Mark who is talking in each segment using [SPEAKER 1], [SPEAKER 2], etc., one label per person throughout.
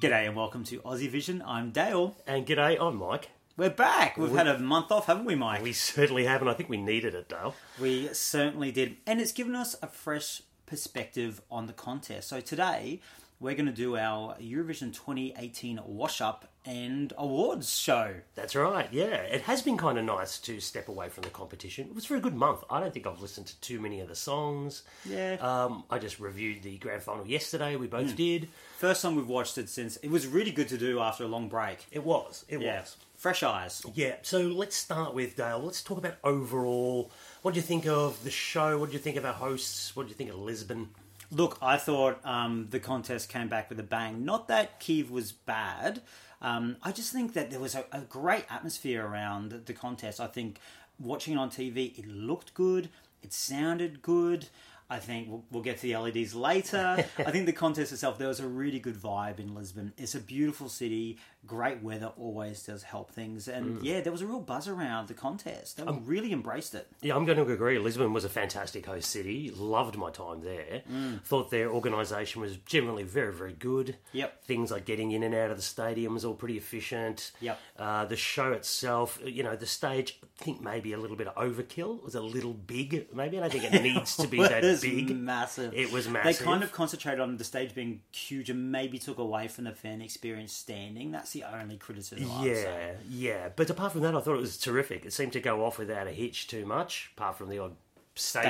[SPEAKER 1] G'day and welcome to Aussie Vision. I'm Dale.
[SPEAKER 2] And g'day, I'm Mike.
[SPEAKER 1] We're back. We've had a month off, haven't we, Mike?
[SPEAKER 2] We certainly have, and I think we needed it, Dale.
[SPEAKER 1] We certainly did. And it's given us a fresh perspective on the contest. So today, we're going to do our Eurovision 2018 wash up and awards show.
[SPEAKER 2] That's right, yeah. It has been kind of nice to step away from the competition. It was for a good month. I don't think I've listened to too many of the songs.
[SPEAKER 1] Yeah. Hmm.
[SPEAKER 2] Um, I just reviewed the grand final yesterday. We both did.
[SPEAKER 1] First time we've watched it since. It was really good to do after a long break.
[SPEAKER 2] It was. It
[SPEAKER 1] Yeah.
[SPEAKER 2] was.
[SPEAKER 1] Fresh eyes.
[SPEAKER 2] Yeah. So let's start with Dale. Let's talk about overall. What do you think of the show? What do you think of our hosts? What do you think of Lisbon?
[SPEAKER 1] Look, I thought um, the contest came back with a bang. Not that Kiev was bad. Um, I just think that there was a, a great atmosphere around the contest. I think watching it on TV, it looked good. It sounded good. I think we'll, we'll get to the LEDs later. I think the contest itself, there was a really good vibe in Lisbon. It's a beautiful city. Great weather always does help things. And yeah, there was a real buzz around the contest. They really embraced it.
[SPEAKER 2] Yeah, I'm going to agree. Lisbon was a fantastic host city. Loved my time there.
[SPEAKER 1] Mm.
[SPEAKER 2] Thought their organisation was generally very, very good.
[SPEAKER 1] Yep.
[SPEAKER 2] Things like getting in and out of the stadium was all pretty efficient.
[SPEAKER 1] Yep.
[SPEAKER 2] Uh, the show itself, you know, the stage, I think maybe a little bit of overkill. It was a little big, maybe. I don't think it needs to be that
[SPEAKER 1] was
[SPEAKER 2] big.
[SPEAKER 1] massive.
[SPEAKER 2] It was
[SPEAKER 1] They
[SPEAKER 2] massive.
[SPEAKER 1] kind of concentrated on the stage being huge and maybe took away from the fan experience standing. That's the only criticism. I'd say.
[SPEAKER 2] Yeah, yeah. But apart from that, I thought it was terrific. It seemed to go off without a hitch too much, apart from the odd stage,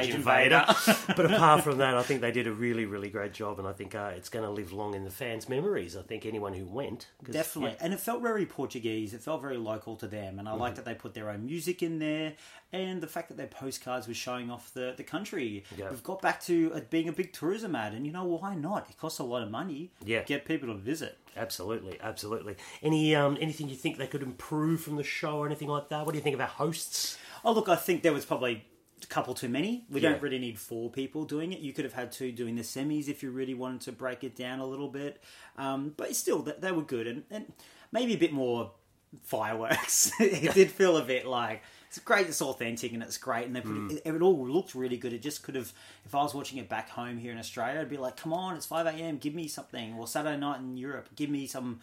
[SPEAKER 1] Stage
[SPEAKER 2] invader.
[SPEAKER 1] invader.
[SPEAKER 2] but apart from that, I think they did a really, really great job, and I think uh, it's going to live long in the fans' memories. I think anyone who went 'cause-
[SPEAKER 1] Definitely. And it felt very Portuguese. It felt very local to them.
[SPEAKER 2] Mm-hmm.
[SPEAKER 1] And I like that they put their own music in there. And the fact that their postcards were showing off the, the country.
[SPEAKER 2] Yeah.
[SPEAKER 1] We've got back to it being a big tourism ad. And you know, why not? It costs a lot of money.
[SPEAKER 2] Yeah.
[SPEAKER 1] Get people to visit.
[SPEAKER 2] Absolutely, absolutely. Any um, anything you think they could improve from the show or anything like that? What do you think of our hosts?
[SPEAKER 1] Oh, look, I think there was probably a couple too many. We
[SPEAKER 2] Yeah.
[SPEAKER 1] don't really need four people doing it. You could have had two doing the semis if you really wanted to break it down a little bit. Um, but still, th- they were good and, and maybe a bit more fireworks. it did feel a bit like. It's great. It's authentic and it's great, and they put it, it all looked really good. It just could have, if I was watching it back home here in Australia, I'd be like, "Come on, it's five a.m. Give me something." Or Saturday night in Europe, give me some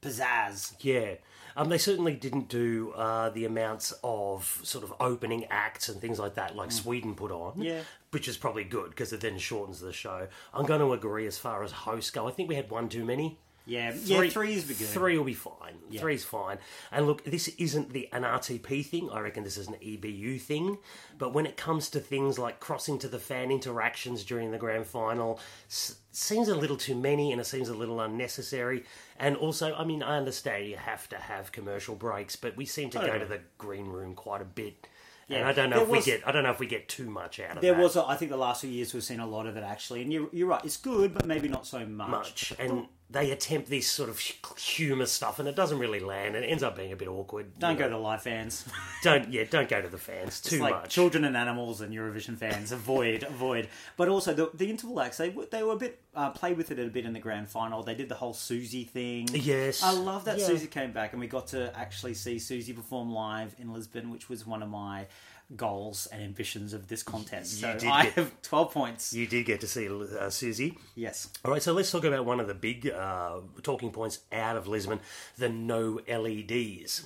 [SPEAKER 1] pizzazz.
[SPEAKER 2] Yeah, um, they certainly didn't do uh, the amounts of sort of opening acts and things like that, like Sweden put on.
[SPEAKER 1] Yeah.
[SPEAKER 2] which is probably good because it then shortens the show. I'm going to agree as far as hosts go. I think we had one too many.
[SPEAKER 1] Yeah, yeah, three is good.
[SPEAKER 2] Three will be fine. Three's fine. And look, this isn't the an RTP thing. I reckon this is an EBU thing. But when it comes to things like crossing to the fan interactions during the grand final, s- seems a little too many, and it seems a little unnecessary. And also, I mean, I understand you have to have commercial breaks, but we seem to go
[SPEAKER 1] Totally.
[SPEAKER 2] to the green room quite a bit.
[SPEAKER 1] Yeah.
[SPEAKER 2] And I don't know
[SPEAKER 1] There
[SPEAKER 2] if
[SPEAKER 1] was-
[SPEAKER 2] we get. I don't know if we get too much out of
[SPEAKER 1] There
[SPEAKER 2] that.
[SPEAKER 1] was, a, I think, the last few years we've seen a lot of it actually, and you're, you're right. It's good, but maybe not so much.
[SPEAKER 2] much, and they attempt this sort of humor stuff, and it doesn't really land, and it ends up being a bit awkward. you
[SPEAKER 1] Don't
[SPEAKER 2] know.
[SPEAKER 1] go to the live fans.
[SPEAKER 2] don't yeah, don't go to the fans too
[SPEAKER 1] It's like
[SPEAKER 2] much.
[SPEAKER 1] children and animals and Eurovision fans. Avoid, avoid. But also the, the interval acts. They were- they were a bit uh, played with it a bit in the grand final. They did the whole Susie thing.
[SPEAKER 2] Yes.
[SPEAKER 1] I love that
[SPEAKER 2] Yeah.
[SPEAKER 1] Susie came back, and we got to actually see Susie perform live in Lisbon, which was one of my goals and ambitions of this contest.
[SPEAKER 2] You
[SPEAKER 1] So
[SPEAKER 2] did
[SPEAKER 1] I
[SPEAKER 2] get-
[SPEAKER 1] have twelve points.
[SPEAKER 2] You did get to see uh, Susie.
[SPEAKER 1] Yes.
[SPEAKER 2] All right, so let's talk about one of the big uh, talking points out of Lisbon: the no LEDs.
[SPEAKER 1] Yes.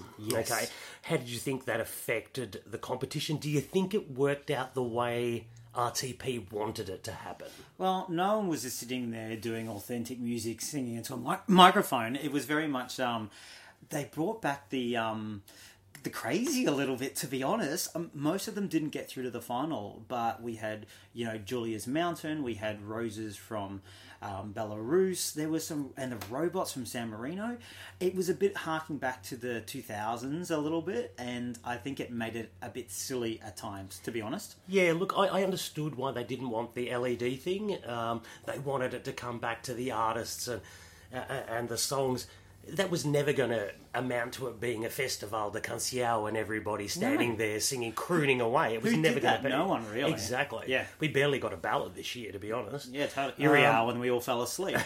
[SPEAKER 2] Okay, how did you think that affected the competition? Do you think it worked out the way RTP wanted it to happen?
[SPEAKER 1] Well, no one was just sitting there doing authentic music, singing into a mi- microphone. It was very much um, they brought back the um, the crazy a little bit. To be honest, um, most of them didn't get through to the final, but we had you know Julia's Mountain, we had Roses from um, Belarus. There were some and the robots from San Marino. It was a bit harking back to the two thousands a little bit, and I think it made it a bit silly at times. To be honest.
[SPEAKER 2] Yeah, look, I, I understood why they didn't want the LED thing. Um, they wanted it to come back to the artists and uh, and the songs. That was never going to amount to it being a festival de canción and everybody standing there singing, crooning away. It was
[SPEAKER 1] Who
[SPEAKER 2] never
[SPEAKER 1] did
[SPEAKER 2] going
[SPEAKER 1] that?
[SPEAKER 2] to be
[SPEAKER 1] No one, really.
[SPEAKER 2] Exactly.
[SPEAKER 1] Yeah.
[SPEAKER 2] we barely got a ballad this year, to be honest.
[SPEAKER 1] Yeah, totally. Here we
[SPEAKER 2] Um,
[SPEAKER 1] are when we all fell asleep.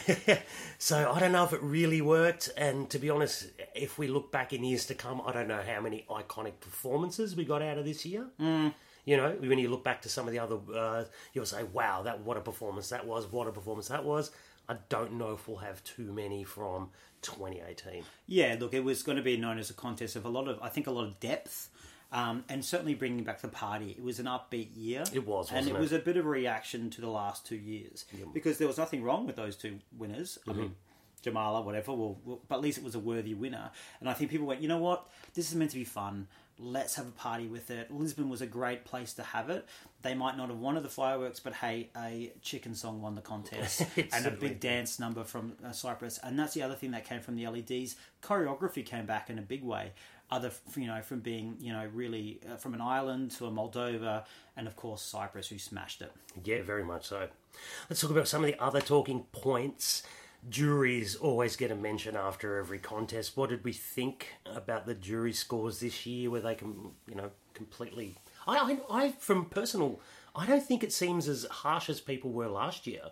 [SPEAKER 2] So I don't know if it really worked. And to be honest, if we look back in years to come, I don't know how many iconic performances we got out of this year. Mm. You know, when you look back to some of the other, uh, you'll say, "Wow, that what a performance that was! What a performance that was!" I don't know if we'll have too many from 2018.
[SPEAKER 1] Yeah, look, it was going to be known as a contest of a lot of, I think, a lot of depth, um, and certainly bringing back the party. It was an upbeat year.
[SPEAKER 2] It was,
[SPEAKER 1] and
[SPEAKER 2] wasn't
[SPEAKER 1] it,
[SPEAKER 2] it?
[SPEAKER 1] was a bit of a reaction to the last two years because there was nothing wrong with those two winners.
[SPEAKER 2] Mm-hmm.
[SPEAKER 1] I mean, Jamala, whatever, well, well, but at least it was a worthy winner. And I think people went, you know what, this is meant to be fun. Let's have a party with it. Lisbon was a great place to have it. They might not have wanted the fireworks, but hey, a chicken song won the contest
[SPEAKER 2] It
[SPEAKER 1] and a
[SPEAKER 2] certainly
[SPEAKER 1] big dance number from uh, Cyprus, and that's the other thing that came from the LEDs. Choreography came back in a big way. Other, f- you know, from being, you know, really uh, from an island to a Moldova, and of course Cyprus, who smashed it.
[SPEAKER 2] Yeah, very much so. Let's talk about some of the other talking points. Juries always get a mention after every contest. What did we think about the jury scores this year? Were they, com- you know, completely? I, I, I, from personal, I don't think it seems as harsh as people were last year.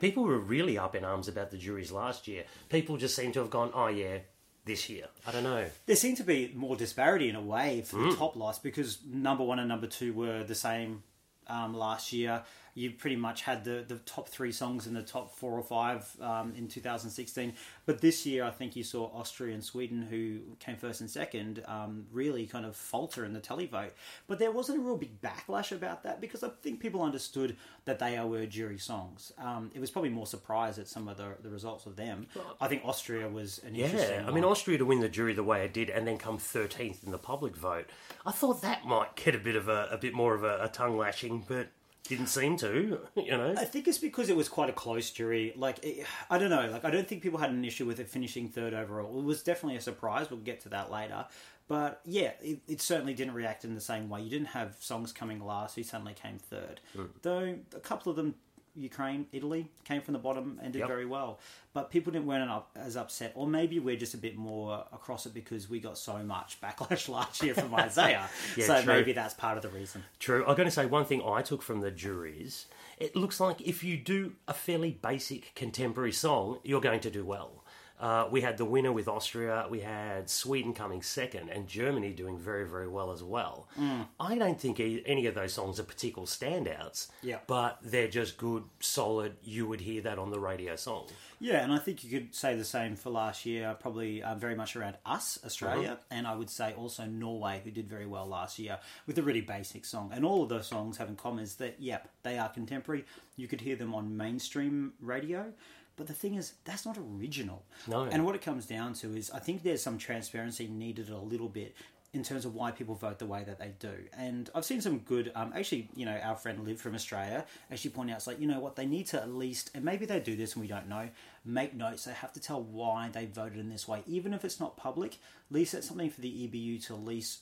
[SPEAKER 2] People were really up in arms about the juries last year. People just seem to have gone, oh yeah, this year. I don't know.
[SPEAKER 1] There seemed to be more disparity in a way for
[SPEAKER 2] Mm.
[SPEAKER 1] the top loss because number one and number two were the same um, last year. You pretty much had the, the top three songs in the top four or five um, in 2016. But this year, I think you saw Austria and Sweden, who came first and second, um, really kind of falter in the televote. But there wasn't a real big backlash about that because I think people understood that they were jury songs. Um, it was probably more surprise at some of the, the results of them. I think Austria was an interesting
[SPEAKER 2] Yeah, I mean
[SPEAKER 1] one.
[SPEAKER 2] Austria to win the jury the way it did, and then come thirteenth in the public vote. I thought that might get a bit of a, a bit more of a, a tongue lashing, but didn't seem to. You know,
[SPEAKER 1] I think it's because it was quite a close jury. Like, it, I don't know. Like, I don't think people had an issue with it finishing third overall. It was definitely a surprise. We'll get to that later. But yeah, it, it certainly didn't react in the same way. You didn't have songs coming last who suddenly came third.
[SPEAKER 2] Hmm.
[SPEAKER 1] Though a couple of them, Ukraine, Italy, came from the bottom and did
[SPEAKER 2] Yep.
[SPEAKER 1] very well. But people didn't weren't up, as upset, or maybe we're just a bit more across it because we got so much backlash last year from Isaiah.
[SPEAKER 2] Yeah,
[SPEAKER 1] so
[SPEAKER 2] true.
[SPEAKER 1] maybe that's part of the reason.
[SPEAKER 2] True. I'm going to say one thing I took from the juries. It looks like if you do a fairly basic contemporary song, you're going to do well. Uh, we had the winner with Austria, we had Sweden coming second, and Germany doing very, very well as well.
[SPEAKER 1] Mm.
[SPEAKER 2] I don't think e- any of those songs are particular standouts,
[SPEAKER 1] Yeah.
[SPEAKER 2] but they're just good, solid. You would hear that on the radio song.
[SPEAKER 1] Yeah, and I think you could say the same for last year, probably uh, very much around us, Australia, and I would say also Norway, who did very well last year with a really basic song. And all of those songs have in common is that, yep, they are contemporary. You could hear them on mainstream radio. But the thing is, that's not original.
[SPEAKER 2] No.
[SPEAKER 1] And what it comes down to is, I think there's some transparency needed a little bit in terms of why people vote the way that they do. And I've seen some good, um, actually, you know, our friend Liv from Australia, as she pointed out, it's like, you know what, they need to at least, and maybe they do this and we don't know, make notes. They have to tell why they voted in this way. Even if it's not public, at least that's something for the EBU to at least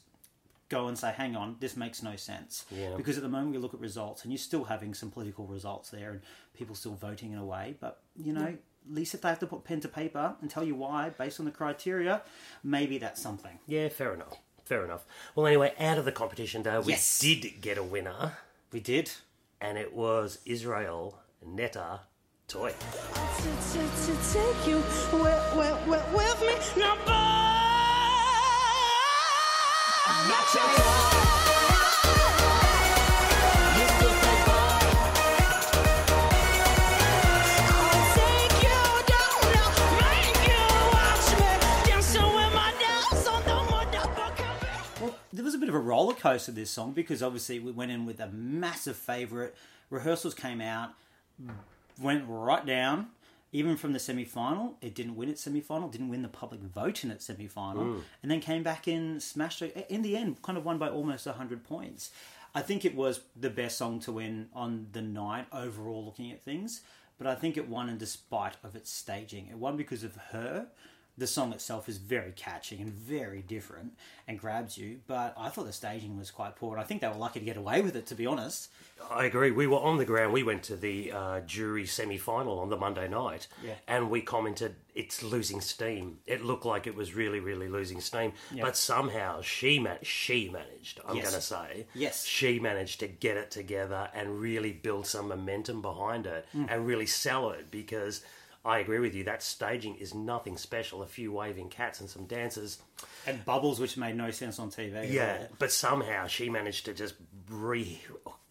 [SPEAKER 1] go and say, hang on, this makes no sense.
[SPEAKER 2] Yeah.
[SPEAKER 1] Because at the moment we look at results and you're still having some political results there and people still voting in a way. But, you know, at least if they have to put pen to paper and tell you why based on the criteria, maybe that's something.
[SPEAKER 2] Yeah, fair enough. Fair enough. Well, anyway, out of the competition, though, we
[SPEAKER 1] Yes.
[SPEAKER 2] did get a winner,
[SPEAKER 1] We did.
[SPEAKER 2] and it was Israel Netta Toy.
[SPEAKER 3] to, to, to take you with, with, with, with me. Now, boy, I'll take you down now, make you watch me dancing with my dance on the motherfucking beat.
[SPEAKER 1] Well, there was a bit of a roller coaster this song because obviously we went in with a massive favourite. Rehearsals came out, went right down. Even from the semi final, it didn't win its semi final, didn't win the public vote in its semi final, and then came back in, smashed it. In the end, kind of won by almost 100 points. I think it was the best song to win on the night overall, looking at things, but I think it won in despite of its staging. It won because of her. The song itself is very catchy and very different and grabs you, but I thought the staging was quite poor, and I think they were lucky to get away with it, to be honest.
[SPEAKER 2] I agree. We were on the ground. We went to the uh, jury semi final on the Monday night,
[SPEAKER 1] Yeah.
[SPEAKER 2] and we commented it's losing steam. It looked like it was really, really losing steam, but somehow she ma- she managed. I'm
[SPEAKER 1] Yes.
[SPEAKER 2] going to say
[SPEAKER 1] Yes.
[SPEAKER 2] she managed to get it
[SPEAKER 1] Mm.
[SPEAKER 2] together and really build some momentum behind it and really sell it because. I agree with you. That staging is nothing special. A few waving cats and some dancers.
[SPEAKER 1] And bubbles, which made no sense on TV. at
[SPEAKER 2] Yeah,
[SPEAKER 1] all.
[SPEAKER 2] but somehow she managed to just re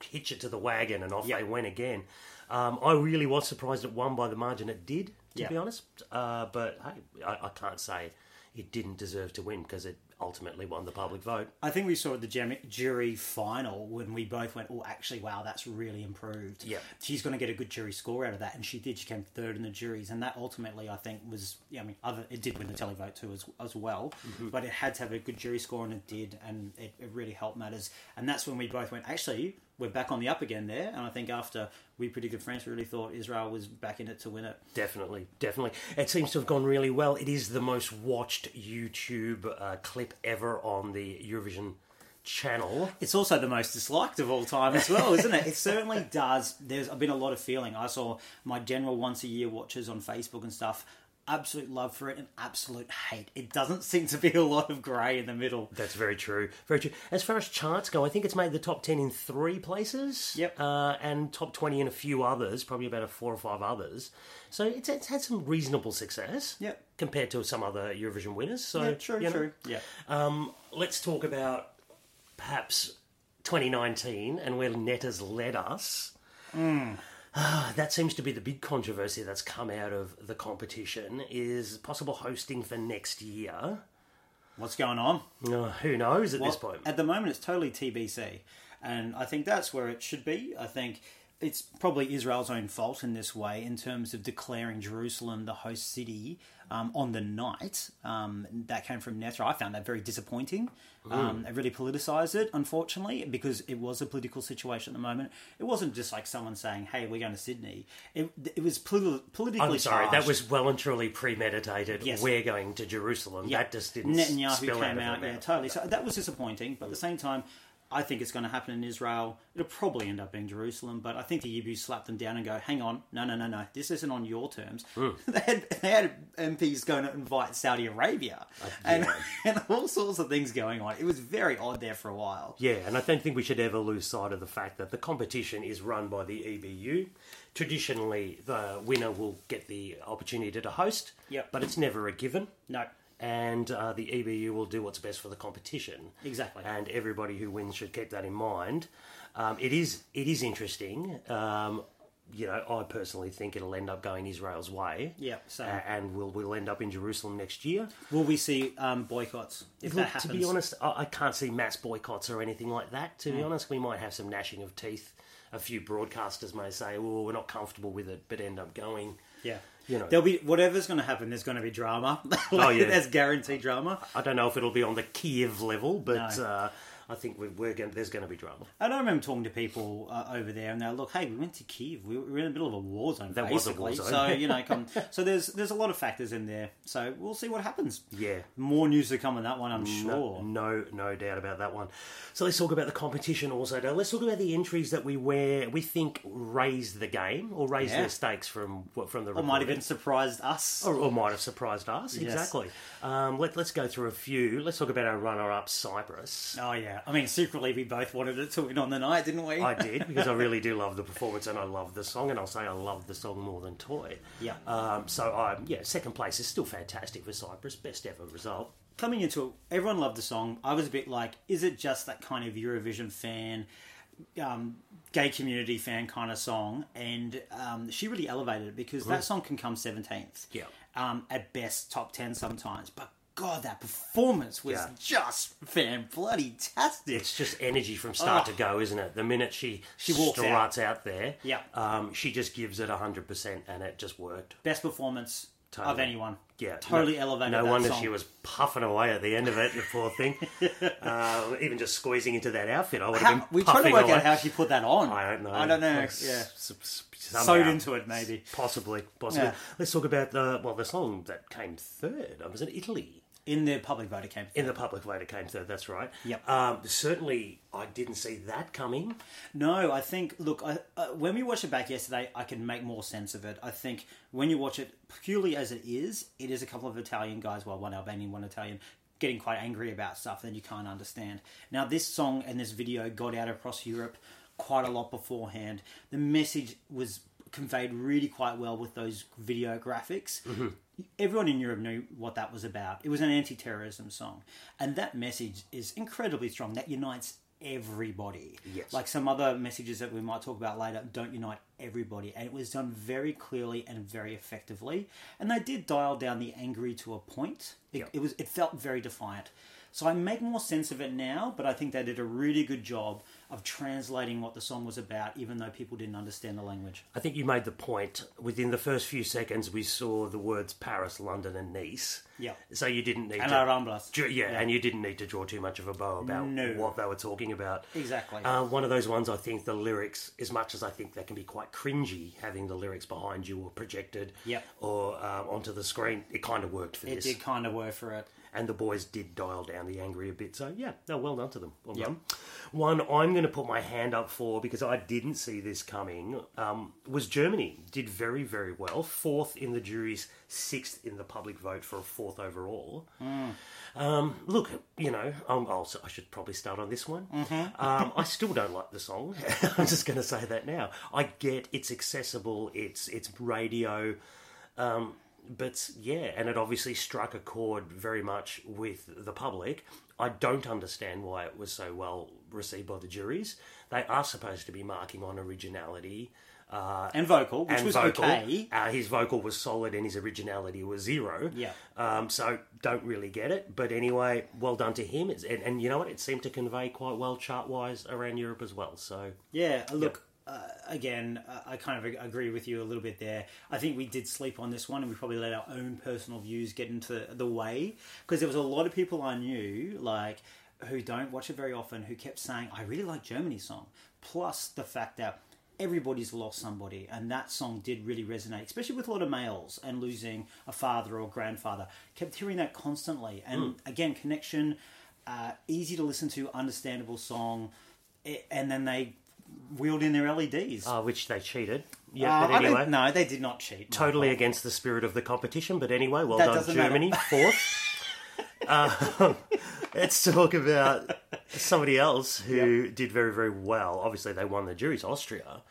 [SPEAKER 2] hitch it to the wagon and off
[SPEAKER 1] Yeah.
[SPEAKER 2] they went again. Um, I really was surprised it won by the margin it did, to
[SPEAKER 1] Yeah.
[SPEAKER 2] be honest. Uh, but hey, I, I can't say it didn't deserve to win because it ultimately won the public vote.
[SPEAKER 1] I think we saw the gem- jury final when we both went, "Oh, actually, wow, that's really improved."
[SPEAKER 2] Yeah.
[SPEAKER 1] she's going to get a good jury score out of that, and she did. She came third in the juries, and that ultimately, I think, was yeah. I mean, other it did win the televote too as as well, but it had to have a good jury score, and it did, and it, it really helped matters. And that's when we both went, "Actually, we're back on the up again there." And I think after we predicted France, we really thought Israel was back in it to win it.
[SPEAKER 2] Definitely, definitely. It seems to have gone really well. It is the most watched YouTube uh, clip ever on the Eurovision channel.
[SPEAKER 1] It's also the most disliked of all time as well, isn't it? It certainly does. There's been a lot of feeling. I saw my general once a year watchers on Facebook and stuff. Absolute love for it and absolute hate. It doesn't seem to be a lot of grey in the middle.
[SPEAKER 2] That's very true. Very true. As far as charts go, I think it's made the top 10 in three places.
[SPEAKER 1] Yep.
[SPEAKER 2] Uh, and top 20 in a few others, probably about a four or five others. So it's, it's had some reasonable success.
[SPEAKER 1] Yep.
[SPEAKER 2] Compared to some other Eurovision winners. So,
[SPEAKER 1] Yeah, true,
[SPEAKER 2] you know,
[SPEAKER 1] true. Yeah.
[SPEAKER 2] Um, let's talk about perhaps 2019 and where Netta's led us.
[SPEAKER 1] Hmm.
[SPEAKER 2] Ah, that seems to be the big controversy that's come out of the competition is possible hosting for next year.
[SPEAKER 1] What's going on?
[SPEAKER 2] Uh, who knows at this
[SPEAKER 1] Well,
[SPEAKER 2] point?
[SPEAKER 1] At the moment, it's totally TBC, and I think that's where it should be. I think it's probably Israel's own fault in this way, in terms of declaring Jerusalem the host city um, on the night um, that came from Netra. I found that very disappointing. Um, it really politicised it, unfortunately, because it was a political situation at the moment. It wasn't just like someone saying, "Hey, we're going to Sydney." It, it was politi- politically.
[SPEAKER 2] I'm Oh, sorry, that
[SPEAKER 1] charged.
[SPEAKER 2] was well and truly premeditated.
[SPEAKER 1] Yes.
[SPEAKER 2] We're going to Jerusalem. That just didn't
[SPEAKER 1] Netanyahu
[SPEAKER 2] spill
[SPEAKER 1] came
[SPEAKER 2] out,
[SPEAKER 1] out,
[SPEAKER 2] of
[SPEAKER 1] yeah, totally. So that was disappointing, but at the same time, I think it's going to happen in Israel. It'll probably end up being Jerusalem, but I think the Yibu slapped them down and go, "Hang on, no, no, no, no, this isn't on your terms." they, had, they had MPs going to invite Saudi Arabia, and, and all sorts of things going on. It was very odd there for a while.
[SPEAKER 2] Yeah, and I don't think we should ever lose sight of the fact that the competition is run by the EBU. Traditionally, the winner will get the opportunity to host,
[SPEAKER 1] Yep.
[SPEAKER 2] but it's never a given.
[SPEAKER 1] No,
[SPEAKER 2] And uh, the EBU will do what's best for the competition.
[SPEAKER 1] Exactly.
[SPEAKER 2] And everybody who wins should keep that in mind. Um, it is it is interesting. Um, you know, I personally think it'll end up going Israel's way.
[SPEAKER 1] yeah. So,
[SPEAKER 2] A- and we'll we'll end up in Jerusalem next year.
[SPEAKER 1] will we see um, boycotts if that
[SPEAKER 2] Look, to
[SPEAKER 1] happens?
[SPEAKER 2] be honest, I, I can't see mass boycotts or anything like that. To be honest, we might have some gnashing of teeth. A few broadcasters may say, "Oh, we're not comfortable with it," but end up going.
[SPEAKER 1] yeah.
[SPEAKER 2] You know,
[SPEAKER 1] There'll be whatever's going to happen. There's going to be drama.
[SPEAKER 2] Oh, yeah.
[SPEAKER 1] there's guaranteed drama.
[SPEAKER 2] I don't know if it'll be on the Kiev level, but
[SPEAKER 1] No.
[SPEAKER 2] uh, I think we, we're going. There's going to be drama.
[SPEAKER 1] And I remember talking to people uh, over there, and they're look, hey, we went to Kiev. We were in the middle of a war zone,
[SPEAKER 2] That was a
[SPEAKER 1] basically.
[SPEAKER 2] war zone.
[SPEAKER 1] So you know, come, so there's there's a lot of factors in there. So we'll see what happens.
[SPEAKER 2] Yeah.
[SPEAKER 1] more news to come on that one, I'm
[SPEAKER 2] Mm, No,
[SPEAKER 1] sure.
[SPEAKER 2] no, no doubt about that one. So let's talk about the competition also. Now let's talk about the entries that we where we think raise the game or raise
[SPEAKER 1] Yeah.
[SPEAKER 2] their stakes from from the.
[SPEAKER 1] It might have been surprised us.
[SPEAKER 2] or, or might have surprised us. Exactly. Um, let, let's go through a few. Let's talk about our runner-up, Cyprus.
[SPEAKER 1] Oh yeah, I mean, secretly we both wanted it to win on the night, didn't we?
[SPEAKER 2] I did because I really do love the performance and I love the song, and I'll say I love the song more than Toy.
[SPEAKER 1] Yeah.
[SPEAKER 2] Um, so I yeah, second place is still fantastic for Cyprus, best ever result.
[SPEAKER 1] coming into it, everyone loved the song. I was a bit like, is it just that kind of Eurovision fan, um, gay community fan kind of song? And um, she really elevated it because that song can come 17th.
[SPEAKER 2] Yeah.
[SPEAKER 1] Um, at best, top 10 sometimes. But God, that performance was
[SPEAKER 2] Yeah.
[SPEAKER 1] just fan bloody tastic.
[SPEAKER 2] It's just energy from start
[SPEAKER 1] Oh.
[SPEAKER 2] to go, isn't it? The minute she she
[SPEAKER 1] walks out.
[SPEAKER 2] struts out, there,
[SPEAKER 1] Yeah.
[SPEAKER 2] um, she just gives it hundred percent, and it just worked.
[SPEAKER 1] Best performance of
[SPEAKER 2] Totally.
[SPEAKER 1] anyone.
[SPEAKER 2] Yeah,
[SPEAKER 1] Totally
[SPEAKER 2] no,
[SPEAKER 1] elevated
[SPEAKER 2] No
[SPEAKER 1] that
[SPEAKER 2] wonder
[SPEAKER 1] song.
[SPEAKER 2] she was puffing away at the end of it, the poor thing. uh, even just squeezing into that outfit, I would have
[SPEAKER 1] How,
[SPEAKER 2] been.
[SPEAKER 1] we try to
[SPEAKER 2] puffing
[SPEAKER 1] work
[SPEAKER 2] away.
[SPEAKER 1] out how she put that on.
[SPEAKER 2] I don't know.
[SPEAKER 1] I don't know.
[SPEAKER 2] Like,
[SPEAKER 1] Yeah.
[SPEAKER 2] s- s-
[SPEAKER 1] Sewed
[SPEAKER 2] somehow.
[SPEAKER 1] into it, maybe.
[SPEAKER 2] Possibly, possibly.
[SPEAKER 1] Yeah.
[SPEAKER 2] Let's talk about the well, the song that came third. I was in Italy.
[SPEAKER 1] In the public vote, it came.
[SPEAKER 2] In the public vote, it came third. That's right.
[SPEAKER 1] Yep.
[SPEAKER 2] Um, certainly, I didn't see that coming.
[SPEAKER 1] No, I think. Look, I, uh, when we watched it back yesterday, I can make more sense of it. I think when you watch it purely as it is, it is a couple of Italian guys, well, one Albanian, one Italian, getting quite angry about stuff that you can't understand. Now, this song and this video got out across Europe quite a lot beforehand. The message was conveyed really quite well with those video graphics. Everyone in Europe knew what that was about. It was an anti terrorism song. And that message is incredibly strong. That unites everybody.
[SPEAKER 2] Yes.
[SPEAKER 1] Like some other messages that we might talk about later don't unite everybody. And it was done very clearly and very effectively. And they did dial down the angry to a point. It,
[SPEAKER 2] Yep.
[SPEAKER 1] it was it felt very defiant. So I make more sense of it now, but I think they did a really good job of translating what the song was about, even though people didn't understand the language.
[SPEAKER 2] I think you made the point. Within the first few seconds, we saw the words Paris, London, and Nice.
[SPEAKER 1] Yeah.
[SPEAKER 2] So you didn't need
[SPEAKER 1] And
[SPEAKER 2] to.
[SPEAKER 1] Aramblas.
[SPEAKER 2] Ju- yeah, and you didn't need to draw too much of a bow about
[SPEAKER 1] No.
[SPEAKER 2] what they were talking about.
[SPEAKER 1] Exactly.
[SPEAKER 2] Uh, one of those ones I think the lyrics, as much as I think they can be quite cringy, having the lyrics behind you or projected
[SPEAKER 1] Yep.
[SPEAKER 2] or um, onto the screen, it kind of worked for
[SPEAKER 1] It
[SPEAKER 2] this.
[SPEAKER 1] did kind of work for it.
[SPEAKER 2] And the boys did dial down the angry a bit. So, yeah, no, well done to them. Well
[SPEAKER 1] Yep.
[SPEAKER 2] done. One I'm going to put my hand up for because I didn't see this coming um, was Germany. Did very, very well. Fourth in the juries, sixth in the public vote for a fourth overall. Um, look, you know, um, I'll, si should probably start on this one. Um, I still don't like the song. I'm just going to say that now. I get it's accessible, it's it's radio, um, but yeah, and it obviously struck a chord very much with the public. I don't understand why it was so well received by the juries. They are supposed to be marking on originality. Uh,
[SPEAKER 1] And vocal, which
[SPEAKER 2] and
[SPEAKER 1] was
[SPEAKER 2] vocal.
[SPEAKER 1] okay.
[SPEAKER 2] Uh, his vocal was solid and his originality was zero.
[SPEAKER 1] Yeah.
[SPEAKER 2] Um, so don't really get it. But anyway, well done to him. It's, and, and you know what? It seemed to convey quite well chart wise around Europe as well. So
[SPEAKER 1] Yeah, uh, look, uh, again, uh, I kind of ag- agree with you a little bit there. I think we did sleep on this one and we probably let our own personal views get into the way because there was a lot of people I knew, like, who don't watch it very often, who kept saying, I really like Germany's song. Plus the fact that everybody's lost somebody and that song did really resonate especially with a lot of males and losing a father or grandfather kept hearing that constantly and again connection uh, easy to listen to understandable song I- and then they wheeled in their LEDs.
[SPEAKER 2] uh, which they cheated. Yeah.
[SPEAKER 1] Uh,
[SPEAKER 2] but
[SPEAKER 1] I
[SPEAKER 2] anyway,
[SPEAKER 1] don't, no, they did not cheat.
[SPEAKER 2] totally against the spirit of the competition. But anyway, well
[SPEAKER 1] That
[SPEAKER 2] done
[SPEAKER 1] doesn't
[SPEAKER 2] Germany fourth. um, let's talk about somebody else who did very very well. Obviously, they won the juries. Austria.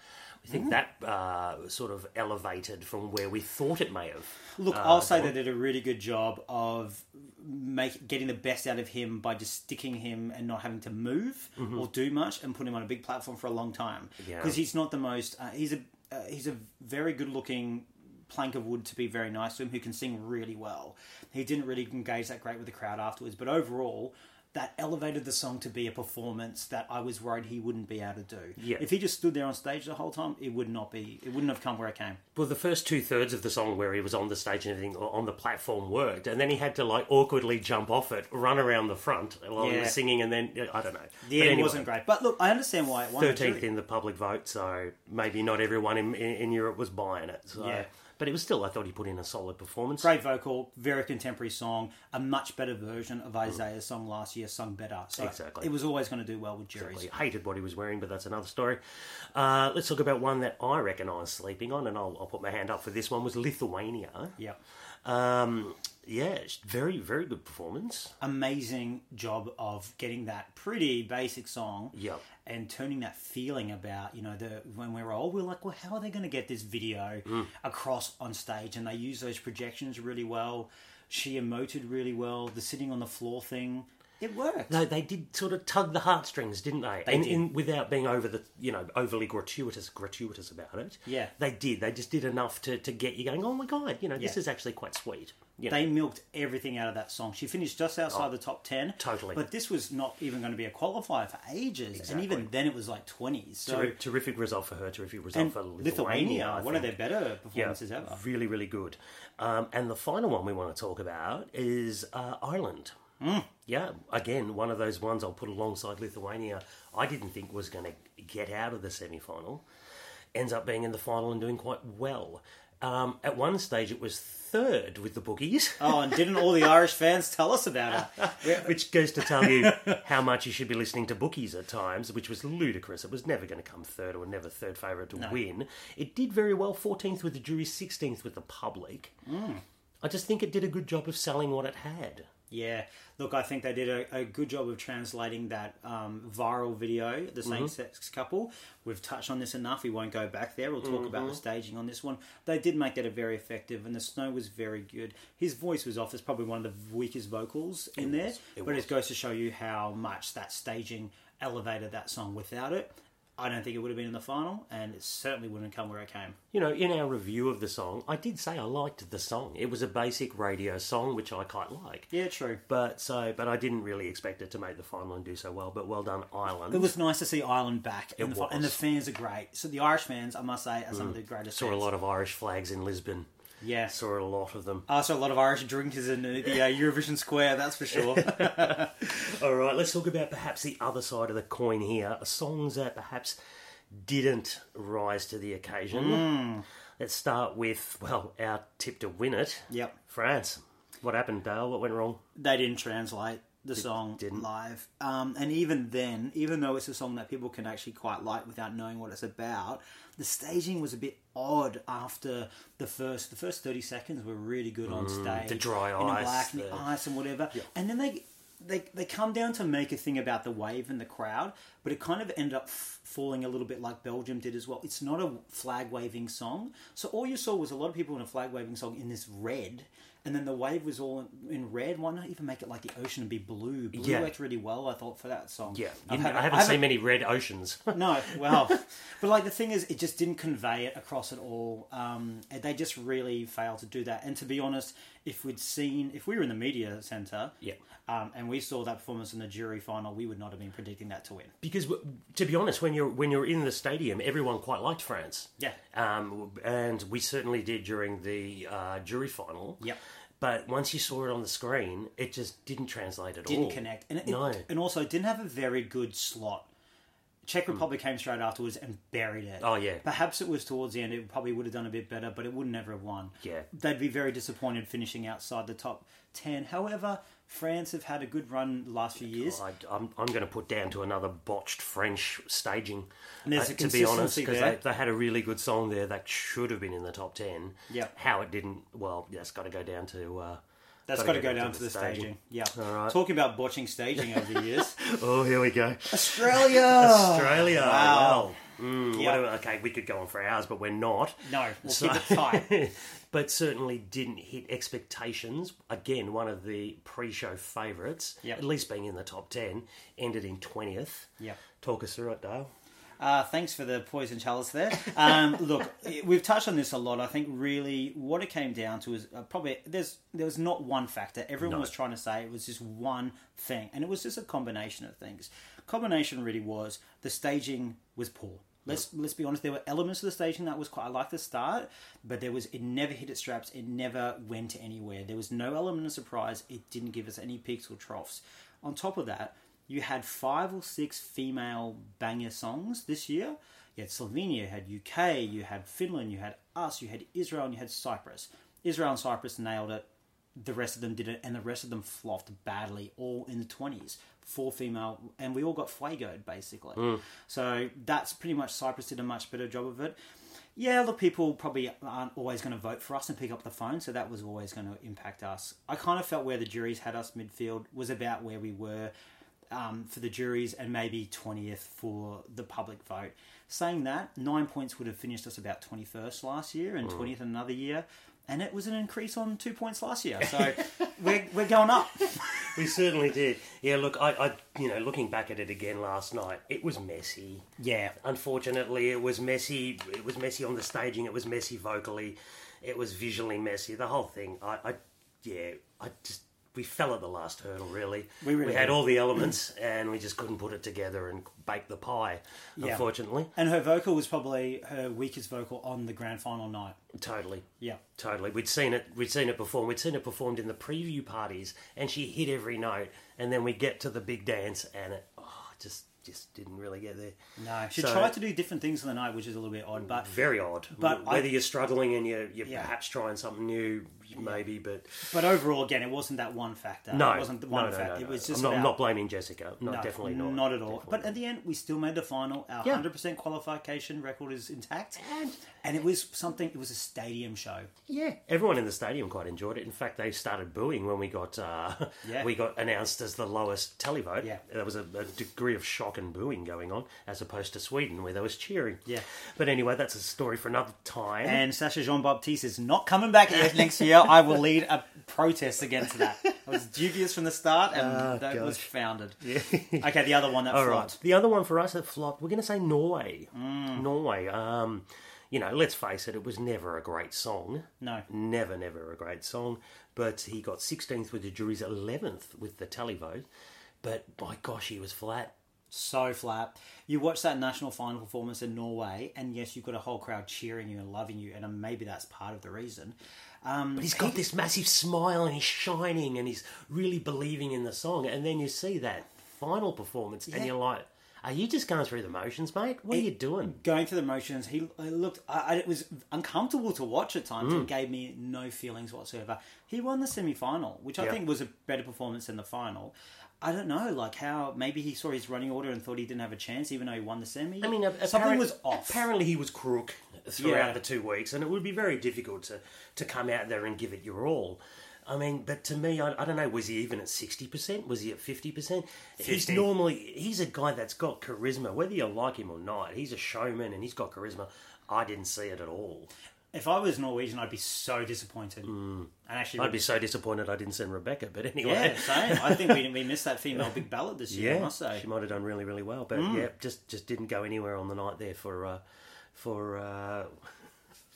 [SPEAKER 2] I
[SPEAKER 1] Mm.
[SPEAKER 2] think that uh, sort of elevated from where we thought it may have.
[SPEAKER 1] Look, I'll say they did a really good job of make getting the best out of him by just sticking him and not having to move or do much and put him on a big platform for a long time.
[SPEAKER 2] Mm-hmm. Yeah.
[SPEAKER 1] Because he's not the most. Uh, he's a uh, he's a very good looking plank of wood to be very nice to him who can sing really well. He didn't really engage that great with the crowd afterwards, but overall. That elevated the song to be a performance that I was worried he wouldn't be able to do.
[SPEAKER 2] Yeah.
[SPEAKER 1] If he just stood there on stage the whole time, it would not be. It wouldn't have come where it came.
[SPEAKER 2] Well, the first two thirds of the song where he was on the stage and everything or on the platform worked, and then he had to like awkwardly jump off it, run around the front while he
[SPEAKER 1] Yeah.
[SPEAKER 2] was singing, and then I don't know.
[SPEAKER 1] Yeah,
[SPEAKER 2] But
[SPEAKER 1] it
[SPEAKER 2] anyway,
[SPEAKER 1] wasn't great. But look, I understand why it won. the
[SPEAKER 2] Thirteenth
[SPEAKER 1] jury.
[SPEAKER 2] in the public vote, so maybe not everyone in, in, in Europe was buying it. So.
[SPEAKER 1] Yeah.
[SPEAKER 2] But it was still, I thought he put in a solid performance.
[SPEAKER 1] Great vocal, very contemporary song, a much better version of Isaiah's song last year, sung better. So
[SPEAKER 2] Exactly.
[SPEAKER 1] It was always going to do well with juries.
[SPEAKER 2] I hated what he was wearing, but that's another story. Uh, let's talk about one that I reckon I was sleeping on, and I'll, I'll put my hand up for this one. Was Lithuania?
[SPEAKER 1] Yeah.
[SPEAKER 2] Um, yeah, very, very good performance.
[SPEAKER 1] Amazing job of getting that pretty basic song.
[SPEAKER 2] Yep.
[SPEAKER 1] And turning that feeling about, you know, the when we were old, we were like, well, how are they going to get this video
[SPEAKER 2] Mm.
[SPEAKER 1] across on stage? And they use those projections really well. She emoted really well. The sitting on the floor thing, it worked.
[SPEAKER 2] No, they did sort of tug the heartstrings, didn't they? and
[SPEAKER 1] did.
[SPEAKER 2] In, without being over the, you know, overly gratuitous, gratuitous about it.
[SPEAKER 1] Yeah.
[SPEAKER 2] they did. They just did enough to, to get you going. Oh my god, you know, this
[SPEAKER 1] Yeah.
[SPEAKER 2] is actually quite sweet. You know,
[SPEAKER 1] They milked everything out of that song. She finished just outside the top 10.
[SPEAKER 2] Oh, totally.
[SPEAKER 1] But this was not even going to be a qualifier for ages. And even then, it was like 20s. So,
[SPEAKER 2] Terri- terrific result for her. Terrific result
[SPEAKER 1] and
[SPEAKER 2] for
[SPEAKER 1] Lithuania,
[SPEAKER 2] Lithuania. I
[SPEAKER 1] one of
[SPEAKER 2] think.
[SPEAKER 1] their better
[SPEAKER 2] Yeah,
[SPEAKER 1] performances ever.
[SPEAKER 2] really, really good. Um, and the final one we want to talk about is uh, Ireland.
[SPEAKER 1] Mm.
[SPEAKER 2] Yeah, again, one of those ones I'll put alongside Lithuania. I didn't think was going to get out of the semi-final. Ends up being in the final and doing quite well. Um, at one stage, it was third with the bookies,
[SPEAKER 1] Oh, and didn't all the Irish fans tell us about it?
[SPEAKER 2] which goes to tell you how much you should be listening to bookies at times, which was ludicrous. It was never going to come third or never third favourite to win. It did very well, 14th with the
[SPEAKER 1] Mm.
[SPEAKER 2] jury, 16th with the public. I just think it did a good job of selling what it had.
[SPEAKER 1] Yeah, look, I think they did a, a good job of translating that um, viral video, the
[SPEAKER 2] Mm-hmm.
[SPEAKER 1] same-sex couple. We've touched on this enough. We won't go back there. We'll talk
[SPEAKER 2] Mm-hmm.
[SPEAKER 1] about the staging on this one. They did make that a very effective, and the snow was very good. His voice was off. It's probably one of the weakest vocals in there,
[SPEAKER 2] It
[SPEAKER 1] but
[SPEAKER 2] was.
[SPEAKER 1] it goes to show you how much that staging elevated that song. Without it, I don't think it would have been in the final, and it certainly wouldn't have come where it came.
[SPEAKER 2] You know, in our review of the song, I did say I liked the song. It was a basic radio song, which I quite like.
[SPEAKER 1] Yeah, true.
[SPEAKER 2] But so, but I didn't really expect it to make the final and do so well. But well done, Ireland.
[SPEAKER 1] It was nice to see Ireland back, in
[SPEAKER 2] It
[SPEAKER 1] the fi- and the
[SPEAKER 2] was. Mm.
[SPEAKER 1] fans are great. So the Irish fans, I must say, are some of the greatest.
[SPEAKER 2] saw a
[SPEAKER 1] fans.
[SPEAKER 2] lot of Irish flags in Lisbon.
[SPEAKER 1] Yeah,
[SPEAKER 2] Saw a lot of them.
[SPEAKER 1] I saw a lot of Irish drinkers in the, the uh, Eurovision Square. That's for sure.
[SPEAKER 2] All right, let's talk about perhaps the other side of the coin here. Songs that perhaps didn't rise to the occasion.
[SPEAKER 1] Hmm.
[SPEAKER 2] Let's start with, well, our tip to win it.
[SPEAKER 1] Yep.
[SPEAKER 2] France. What happened, Dale? What went wrong?
[SPEAKER 1] they didn't translate the song
[SPEAKER 2] didn't.
[SPEAKER 1] live. Um, and even then, even though it's a song that people can actually quite like without knowing what it's about, the staging was a bit odd after the first the first 30 seconds were really good on stage.
[SPEAKER 2] Mm, the dry
[SPEAKER 1] and the
[SPEAKER 2] ice,
[SPEAKER 1] black and the,
[SPEAKER 2] the-
[SPEAKER 1] ice and whatever. And then they they they come down to make a thing about the wave and the crowd, but it kind of ended up f- falling a little bit like Belgium did as well. It's not a flag waving song, so all you saw was a lot of people in a flag waving song in this red, and then the wave was all in, in red. Why not even make it like the ocean and be blue? Blue
[SPEAKER 2] Yeah.
[SPEAKER 1] worked really well, I thought, for that song.
[SPEAKER 2] Yeah,
[SPEAKER 1] I've
[SPEAKER 2] you-
[SPEAKER 1] had-
[SPEAKER 2] I haven't seen many red oceans.
[SPEAKER 1] no, well, but like the thing is, it just didn't convey it across at all. Um, and they just really failed to do that. And to be honest, if we'd seen, if we were in the media center,
[SPEAKER 2] Yeah.
[SPEAKER 1] um, and we saw that performance in the jury final, we would not have been predicting that to win.
[SPEAKER 2] because w- to be honest, when you're when you're in the stadium, everyone quite liked France.
[SPEAKER 1] Yeah.
[SPEAKER 2] um, and we certainly did during the uh, jury final.
[SPEAKER 1] Yep.
[SPEAKER 2] But once you saw it on the screen, it just didn't translate at all.
[SPEAKER 1] Didn't connect, and it,
[SPEAKER 2] Oh, No.
[SPEAKER 1] and also it didn't have a very good slot. Czech Republic came straight afterwards and buried it.
[SPEAKER 2] Hmm. Oh, yeah.
[SPEAKER 1] Perhaps it was towards the end. It probably would have done a bit better, but it would never have won.
[SPEAKER 2] Yeah.
[SPEAKER 1] They'd be very disappointed finishing outside the top ten. However, France have had a good run the last
[SPEAKER 2] Oh,
[SPEAKER 1] few years.
[SPEAKER 2] I, I'm, I'm going to put down to another botched French staging. uh,
[SPEAKER 1] there's a
[SPEAKER 2] to be honest,
[SPEAKER 1] consistency
[SPEAKER 2] because
[SPEAKER 1] there.
[SPEAKER 2] they, they had a really good song there that should have been in the top ten.
[SPEAKER 1] Yeah.
[SPEAKER 2] How it didn't? Well, that's got to go down to. Uh,
[SPEAKER 1] That's got to
[SPEAKER 2] gotta
[SPEAKER 1] go down to the staging. Yeah.
[SPEAKER 2] All right.
[SPEAKER 1] Talking about botching staging over the years.
[SPEAKER 2] Oh, here we go.
[SPEAKER 1] Australia!
[SPEAKER 2] Australia.
[SPEAKER 1] Wow.
[SPEAKER 2] Wow. Mm,
[SPEAKER 1] Yeah.
[SPEAKER 2] what a- okay, we could go on for hours, but we're not.
[SPEAKER 1] No, we'll
[SPEAKER 2] So-
[SPEAKER 1] keep it tight.
[SPEAKER 2] but certainly didn't hit expectations. Again, one of the pre-show favourites,
[SPEAKER 1] Yep.
[SPEAKER 2] at least being in the top ten, ended in twentieth.
[SPEAKER 1] Yep.
[SPEAKER 2] Talk us through it, Dale.
[SPEAKER 1] Uh, thanks for the poison chalice there. Um, look, it- we've touched on this a lot. I think really what it came down to is uh, probably there's there was not one factor. Everyone
[SPEAKER 2] No.
[SPEAKER 1] was trying to say it was just one thing, and it was just a combination of things. Combination really was the staging was poor. Let's let's be honest. There were elements of the staging that was quite. I like the start, but there was it never hit its straps. It never went anywhere. There was no element of surprise. It didn't give us any peaks or troughs. On top of that, you had five or six female banger songs this year. You had Slovenia, you had UK, you had Finland, you had us, you had Israel, and you had Cyprus. Israel and Cyprus nailed it. The rest of them did it, and the rest of them flopped badly, all in the 20s. Four female, and we all got fuegoed basically. So that's pretty much Cyprus did a much better job of it. Yeah, look, people probably aren't always going to vote for us and pick up the phone, so that was always going to impact us. I kind of felt where the juries had us midfield was about where we were um, for the juries and maybe 20th for the public vote. Saying that, nine points would have finished us about 21st last year
[SPEAKER 2] Mm.
[SPEAKER 1] and 20th another year, and it was an increase on two points last year, so we're, we're going up.
[SPEAKER 2] We certainly did. Yeah, look, I, I, you know, looking back at it again last night, it was messy.
[SPEAKER 1] Yeah.
[SPEAKER 2] Unfortunately, it was messy. It was messy on the staging. It was messy vocally. It was visually messy. The whole thing. I, I yeah, I just we fell at the last hurdle. Really,
[SPEAKER 1] We really
[SPEAKER 2] had
[SPEAKER 1] did.
[SPEAKER 2] all the elements, and we just couldn't put it together and bake the pie. Unfortunately,
[SPEAKER 1] And her vocal was probably her weakest vocal on the grand final night.
[SPEAKER 2] totally.
[SPEAKER 1] Yeah.
[SPEAKER 2] Totally, we'd seen it. We'd seen it perform. We'd seen it performed in the preview parties, and she hit every note. And then we get to the big dance, and it oh, just just didn't really get there.
[SPEAKER 1] No, she
[SPEAKER 2] So-
[SPEAKER 1] tried to do different things on the night, which is a little bit odd, but
[SPEAKER 2] very odd.
[SPEAKER 1] But
[SPEAKER 2] But
[SPEAKER 1] I-
[SPEAKER 2] whether you're struggling and you're, you're
[SPEAKER 1] Yeah.
[SPEAKER 2] perhaps trying something new, maybe, but
[SPEAKER 1] But overall, again, it wasn't that one factor.
[SPEAKER 2] no,
[SPEAKER 1] it wasn't the
[SPEAKER 2] no,
[SPEAKER 1] one
[SPEAKER 2] no, no,
[SPEAKER 1] factor.
[SPEAKER 2] no,
[SPEAKER 1] It was
[SPEAKER 2] no.
[SPEAKER 1] just
[SPEAKER 2] I'm not, I'm
[SPEAKER 1] about-
[SPEAKER 2] not blaming Jessica. No,
[SPEAKER 1] No,
[SPEAKER 2] definitely not.
[SPEAKER 1] Uh, Not at all.
[SPEAKER 2] Definitely
[SPEAKER 1] But
[SPEAKER 2] not.
[SPEAKER 1] at the end, we still made the final. Our
[SPEAKER 2] Yeah.
[SPEAKER 1] 100% qualification record is intact. And, it was something, it was a stadium show.
[SPEAKER 2] yeah, everyone in the stadium quite enjoyed it. In fact, they started booing when we got uh,
[SPEAKER 1] Yeah.
[SPEAKER 2] we got announced as the lowest televote.
[SPEAKER 1] Yeah.
[SPEAKER 2] there was a, a degree of shock and booing going on, as opposed to Sweden where there was cheering.
[SPEAKER 1] Yeah.
[SPEAKER 2] but anyway, that's a story for another time.
[SPEAKER 1] And Sasha Jean Baptiste is not coming back here next year. I will lead a protest against that. I was dubious from the start, and that was founded. okay, the other one that
[SPEAKER 2] Oh, All right.
[SPEAKER 1] flopped. Mm.
[SPEAKER 2] The other one for us that flopped, we're going to say Norway. Norway. Um, you know, let's face it, it was never a great song.
[SPEAKER 1] No.
[SPEAKER 2] Never, never a great song. But he got 16th with the jury's 11th with the televote. But by gosh, he was flat.
[SPEAKER 1] So flat. You watch that national final performance in Norway, and yes, you've got a whole crowd cheering you and loving you, and uh, maybe that's part of the reason.
[SPEAKER 2] But he's got this massive smile and he's shining and he's really believing in the song. And then you see that final performance and
[SPEAKER 1] Yeah.
[SPEAKER 2] you're like, are you just going through the motions, mate? What are you doing?
[SPEAKER 1] going through the motions. He I looked. I, I, it was uncomfortable to watch at times.
[SPEAKER 2] Mm.
[SPEAKER 1] and gave me no feelings whatsoever. He won the semi final, which I
[SPEAKER 2] Yeah.
[SPEAKER 1] think was a better performance than the final. I don't know, like how maybe he saw his running order and thought he didn't have a chance, even though he won the semi.
[SPEAKER 2] I mean, apparent-
[SPEAKER 1] something was off.
[SPEAKER 2] Apparently, he was crook throughout
[SPEAKER 1] Yeah.
[SPEAKER 2] the two weeks, and it would be very difficult to to come out there and give it your all. I mean, but to me, I, I don't know. Was he even at sixty percent? Was he at fifty percent? He's
[SPEAKER 1] 50.
[SPEAKER 2] normally he's a guy that's got charisma, whether you like him or not. He's a showman, and he's got charisma. I didn't see it at all.
[SPEAKER 1] if I was Norwegian, I'd be so disappointed. And actually,
[SPEAKER 2] Mm. I'd be so disappointed I didn't send Rebecca. But anyway,
[SPEAKER 1] yeah, same. I think we, we missed that female big ballad this year. I
[SPEAKER 2] Yeah,
[SPEAKER 1] must say. Mm.
[SPEAKER 2] she might have done really, really well, but yeah, just just didn't go anywhere on the night there for uh, for uh,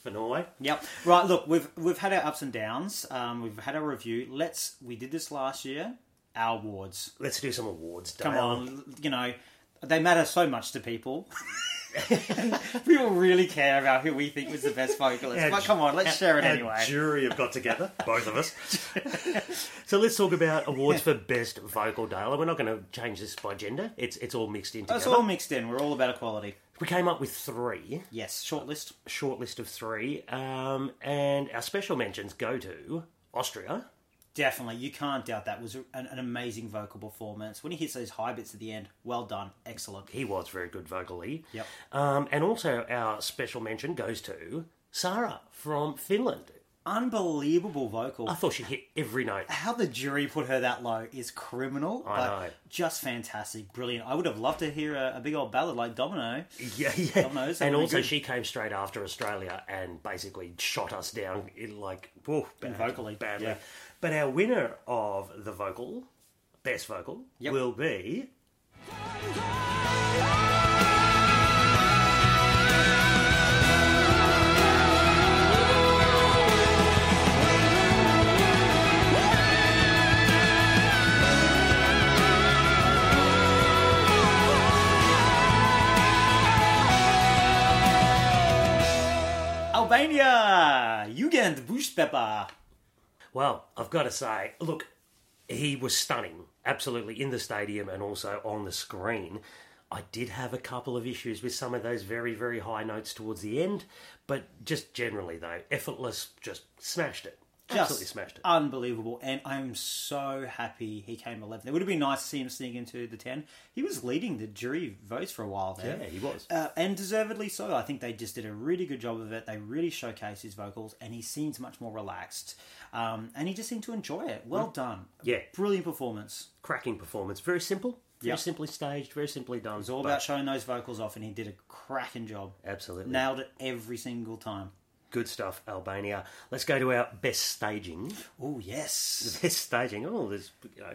[SPEAKER 2] for Norway.
[SPEAKER 1] Yep. Right. Look, we've we've had our ups and downs. Um, we've had our review. Let's. We did this last year. Our awards.
[SPEAKER 2] Let's do some awards.
[SPEAKER 1] come
[SPEAKER 2] Dale.
[SPEAKER 1] on, you know, they matter so much to people. people really care about who we think was the best vocalist. But come on, let's share it
[SPEAKER 2] Our
[SPEAKER 1] anyway.
[SPEAKER 2] Jury have got together, both of us. so let's talk about awards for best vocal, Dale. And We're not going to change this by gender. It's it's all mixed in
[SPEAKER 1] That's
[SPEAKER 2] together.
[SPEAKER 1] all mixed in. We're all about equality.
[SPEAKER 2] We came up with three,
[SPEAKER 1] Yes, shortlist.
[SPEAKER 2] a short list of three, um, and our special mentions go to Austria.
[SPEAKER 1] Definitely, you can't doubt that was an, an amazing vocal performance. When he hits those high bits at the end, well done, excellent.
[SPEAKER 2] He was very good vocally.
[SPEAKER 1] Yep.
[SPEAKER 2] Um, and also our special mention goes to Sara from Finland.
[SPEAKER 1] Unbelievable vocal.
[SPEAKER 2] I thought she hit every note.
[SPEAKER 1] How the jury put her that low is criminal,
[SPEAKER 2] I
[SPEAKER 1] but
[SPEAKER 2] know.
[SPEAKER 1] just fantastic, brilliant. I would have loved to hear a, a big old ballad like Domino.
[SPEAKER 2] Yeah, yeah.
[SPEAKER 1] no, it's
[SPEAKER 2] and
[SPEAKER 1] not
[SPEAKER 2] also,
[SPEAKER 1] good.
[SPEAKER 2] she came straight after Australia and basically shot us down in like, woof, bad,
[SPEAKER 1] vocally,
[SPEAKER 2] badly.
[SPEAKER 1] yeah.
[SPEAKER 2] But our winner of the vocal, best vocal,
[SPEAKER 1] Yep.
[SPEAKER 2] will be
[SPEAKER 1] Albania, Jugend Bushpepper.
[SPEAKER 2] Well, I've got to say, look, he was stunning, absolutely in the stadium and also on the screen. I did have a couple of issues with some of those very, very high notes towards the end, but just generally though, effortless, just smashed it. Absolutely smashed it.
[SPEAKER 1] Unbelievable. And I'm so happy he came 11th. It would have been nice to see him sneak into the 10. He was leading the jury votes for a while there.
[SPEAKER 2] yeah, he was.
[SPEAKER 1] Uh, and deservedly so. I think they just did a really good job of it. They really showcased his vocals, and he seems much more relaxed. Um, and he just seemed to enjoy it. Well done.
[SPEAKER 2] Mm. Yeah.
[SPEAKER 1] Brilliant performance.
[SPEAKER 2] cracking performance. Very simple, very
[SPEAKER 1] Yeah.
[SPEAKER 2] simply staged, very simply done.
[SPEAKER 1] It's all about showing those vocals off, and he did a cracking job.
[SPEAKER 2] absolutely
[SPEAKER 1] Nailed it every single time.
[SPEAKER 2] good stuff, Albania. Let's go to our best staging.
[SPEAKER 1] Oh, yes.
[SPEAKER 2] Best staging. Oh, there's you know,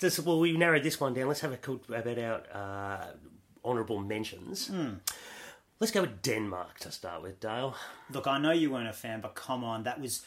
[SPEAKER 2] this. Well, we narrowed this one down. Let's have a quick about our uh, honourable mentions. Let's go with Denmark to start with, Dale.
[SPEAKER 1] Look, I know you weren't a fan, but come on, that was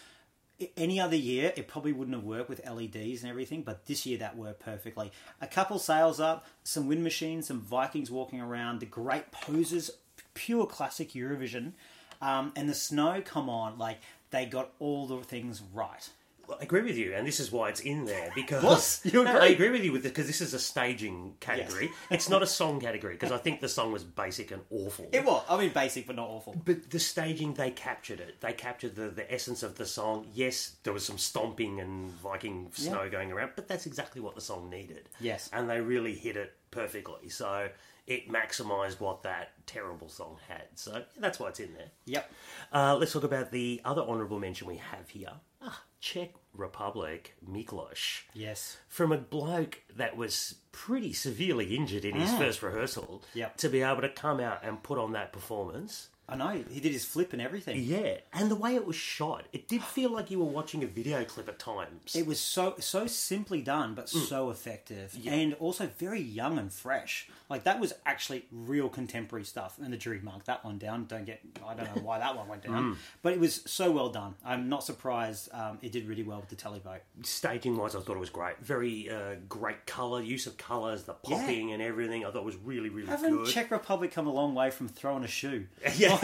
[SPEAKER 1] i- any other year it probably wouldn't have worked with LEDs and everything, but this year that worked perfectly. A couple sails up, some wind machines, some Vikings walking around, the great poses, p- pure classic Eurovision, um, and the snow. Come on, like they got all the things right.
[SPEAKER 2] I agree with you, and this is why it's in there because
[SPEAKER 1] What? You
[SPEAKER 2] No,
[SPEAKER 1] agree?
[SPEAKER 2] I agree with you with because this is a staging category. It's not a song category because I think the song was basic and awful.
[SPEAKER 1] It was. I mean, basic but not awful.
[SPEAKER 2] But the staging, they captured it. They captured the, the essence of the song. Yes, there was some stomping and Viking snow going around, but that's exactly what the song needed.
[SPEAKER 1] Yes.
[SPEAKER 2] And they really hit it perfectly. So it maximised what that terrible song had. So that's why it's in there.
[SPEAKER 1] Yep.
[SPEAKER 2] Uh, let's talk about the other honourable mention we have here ah, Czech Republic, Miklos
[SPEAKER 1] Yes.
[SPEAKER 2] from a bloke that was pretty severely injured in his first rehearsal
[SPEAKER 1] Mm. Yep.
[SPEAKER 2] to be able to come out and put on that performance.
[SPEAKER 1] I know. He did his flip and everything.
[SPEAKER 2] Yeah, and the way it was shot, it did feel like you were watching a video clip at times.
[SPEAKER 1] It was so so simply done, but
[SPEAKER 2] Mm.
[SPEAKER 1] so effective, and also very young and fresh. Like that was actually real contemporary stuff, and the jury marked that one down. Don't get I don't know why that one went down,
[SPEAKER 2] Mm.
[SPEAKER 1] but it was so well done. I'm not surprised um, it did really well with the televote.
[SPEAKER 2] Staging wise, I thought it was great. Very uh, great colour, use of colours, the popping and everything. I thought it was really, really
[SPEAKER 1] Haven't
[SPEAKER 2] good.
[SPEAKER 1] Czech Republic come a long way from throwing a shoe?
[SPEAKER 2] yeah,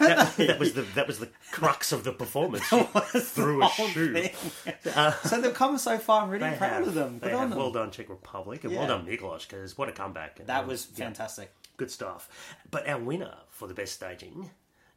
[SPEAKER 2] that, that was the that was the crux of the performance. Through a
[SPEAKER 1] whole
[SPEAKER 2] shoe.
[SPEAKER 1] thing. so they've come so far. I'm really
[SPEAKER 2] They
[SPEAKER 1] proud
[SPEAKER 2] have-
[SPEAKER 1] of them.
[SPEAKER 2] they
[SPEAKER 1] Good on
[SPEAKER 2] have.
[SPEAKER 1] them.
[SPEAKER 2] Well done, Czech Republic, and well
[SPEAKER 1] Yeah.
[SPEAKER 2] done, Miklos, because what a comeback! And,
[SPEAKER 1] that
[SPEAKER 2] um,
[SPEAKER 1] was
[SPEAKER 2] yeah.
[SPEAKER 1] fantastic.
[SPEAKER 2] Good stuff. But our winner for the best staging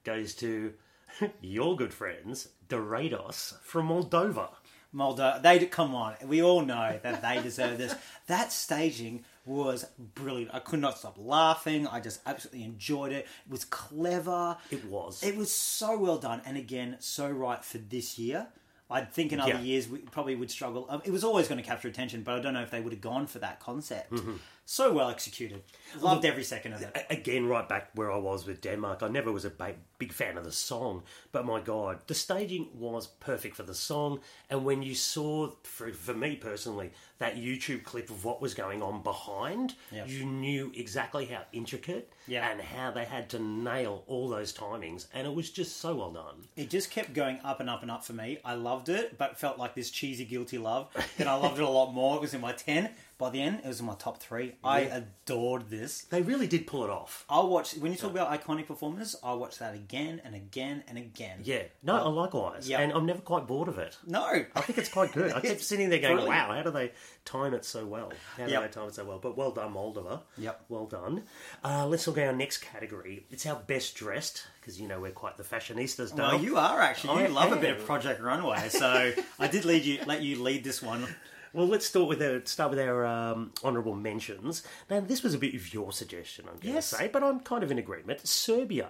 [SPEAKER 2] goes to your good friends, Dorados from Moldova.
[SPEAKER 1] Mulder, they come on. We all know that they deserve this. That staging was brilliant. I could not stop laughing. I just absolutely enjoyed it. It was clever.
[SPEAKER 2] It was.
[SPEAKER 1] It was so well done, and again, so right for this year. I'd think in other
[SPEAKER 2] Yeah.
[SPEAKER 1] years we probably would struggle. Um, It was always going to capture attention, but I don't know if they would have gone for that concept.
[SPEAKER 2] Mm-hmm.
[SPEAKER 1] So well executed. Loved every second of it.
[SPEAKER 2] A- Again, right back where I was with Denmark, I never was a ba- big fan of the song, but my God, the staging was perfect for the song. And when you saw, for, for me personally, that YouTube clip of what was going on behind,
[SPEAKER 1] Yeah.
[SPEAKER 2] you knew exactly how intricate
[SPEAKER 1] Yeah.
[SPEAKER 2] and how they had to nail all those timings. And it was just so well done.
[SPEAKER 1] It just kept going up and up and up for me. I loved it, but felt like this cheesy guilty love. Then I loved it a lot more. It was in my ten. By the end, it was in my top three. I adored this.
[SPEAKER 2] They really did pull it off.
[SPEAKER 1] I'll watch when you talk about iconic performances. I'll watch that again and again and again.
[SPEAKER 2] Yeah, no, I likewise,
[SPEAKER 1] yeah.
[SPEAKER 2] and I'm never quite bored of it.
[SPEAKER 1] No.
[SPEAKER 2] I think it's quite good. I kept sitting there going,
[SPEAKER 1] brilliant.
[SPEAKER 2] "Wow, how do they time it so well? How do
[SPEAKER 1] Yep.
[SPEAKER 2] they time it so well?" But well done, Moldova.
[SPEAKER 1] Yep.
[SPEAKER 2] well done. Uh, let's look at our next category. It's our best dressed because you know we're quite the fashionistas. Dale.
[SPEAKER 1] Well, you are actually. You
[SPEAKER 2] I
[SPEAKER 1] love a bit
[SPEAKER 2] am.
[SPEAKER 1] of Project Runway, so I did lead you. Let you lead this one.
[SPEAKER 2] Well, let's start with our, start with our um, honourable mentions. Now, this was a bit of your suggestion, I'm going to
[SPEAKER 1] Yes.
[SPEAKER 2] say, but I'm kind of in agreement. Serbia.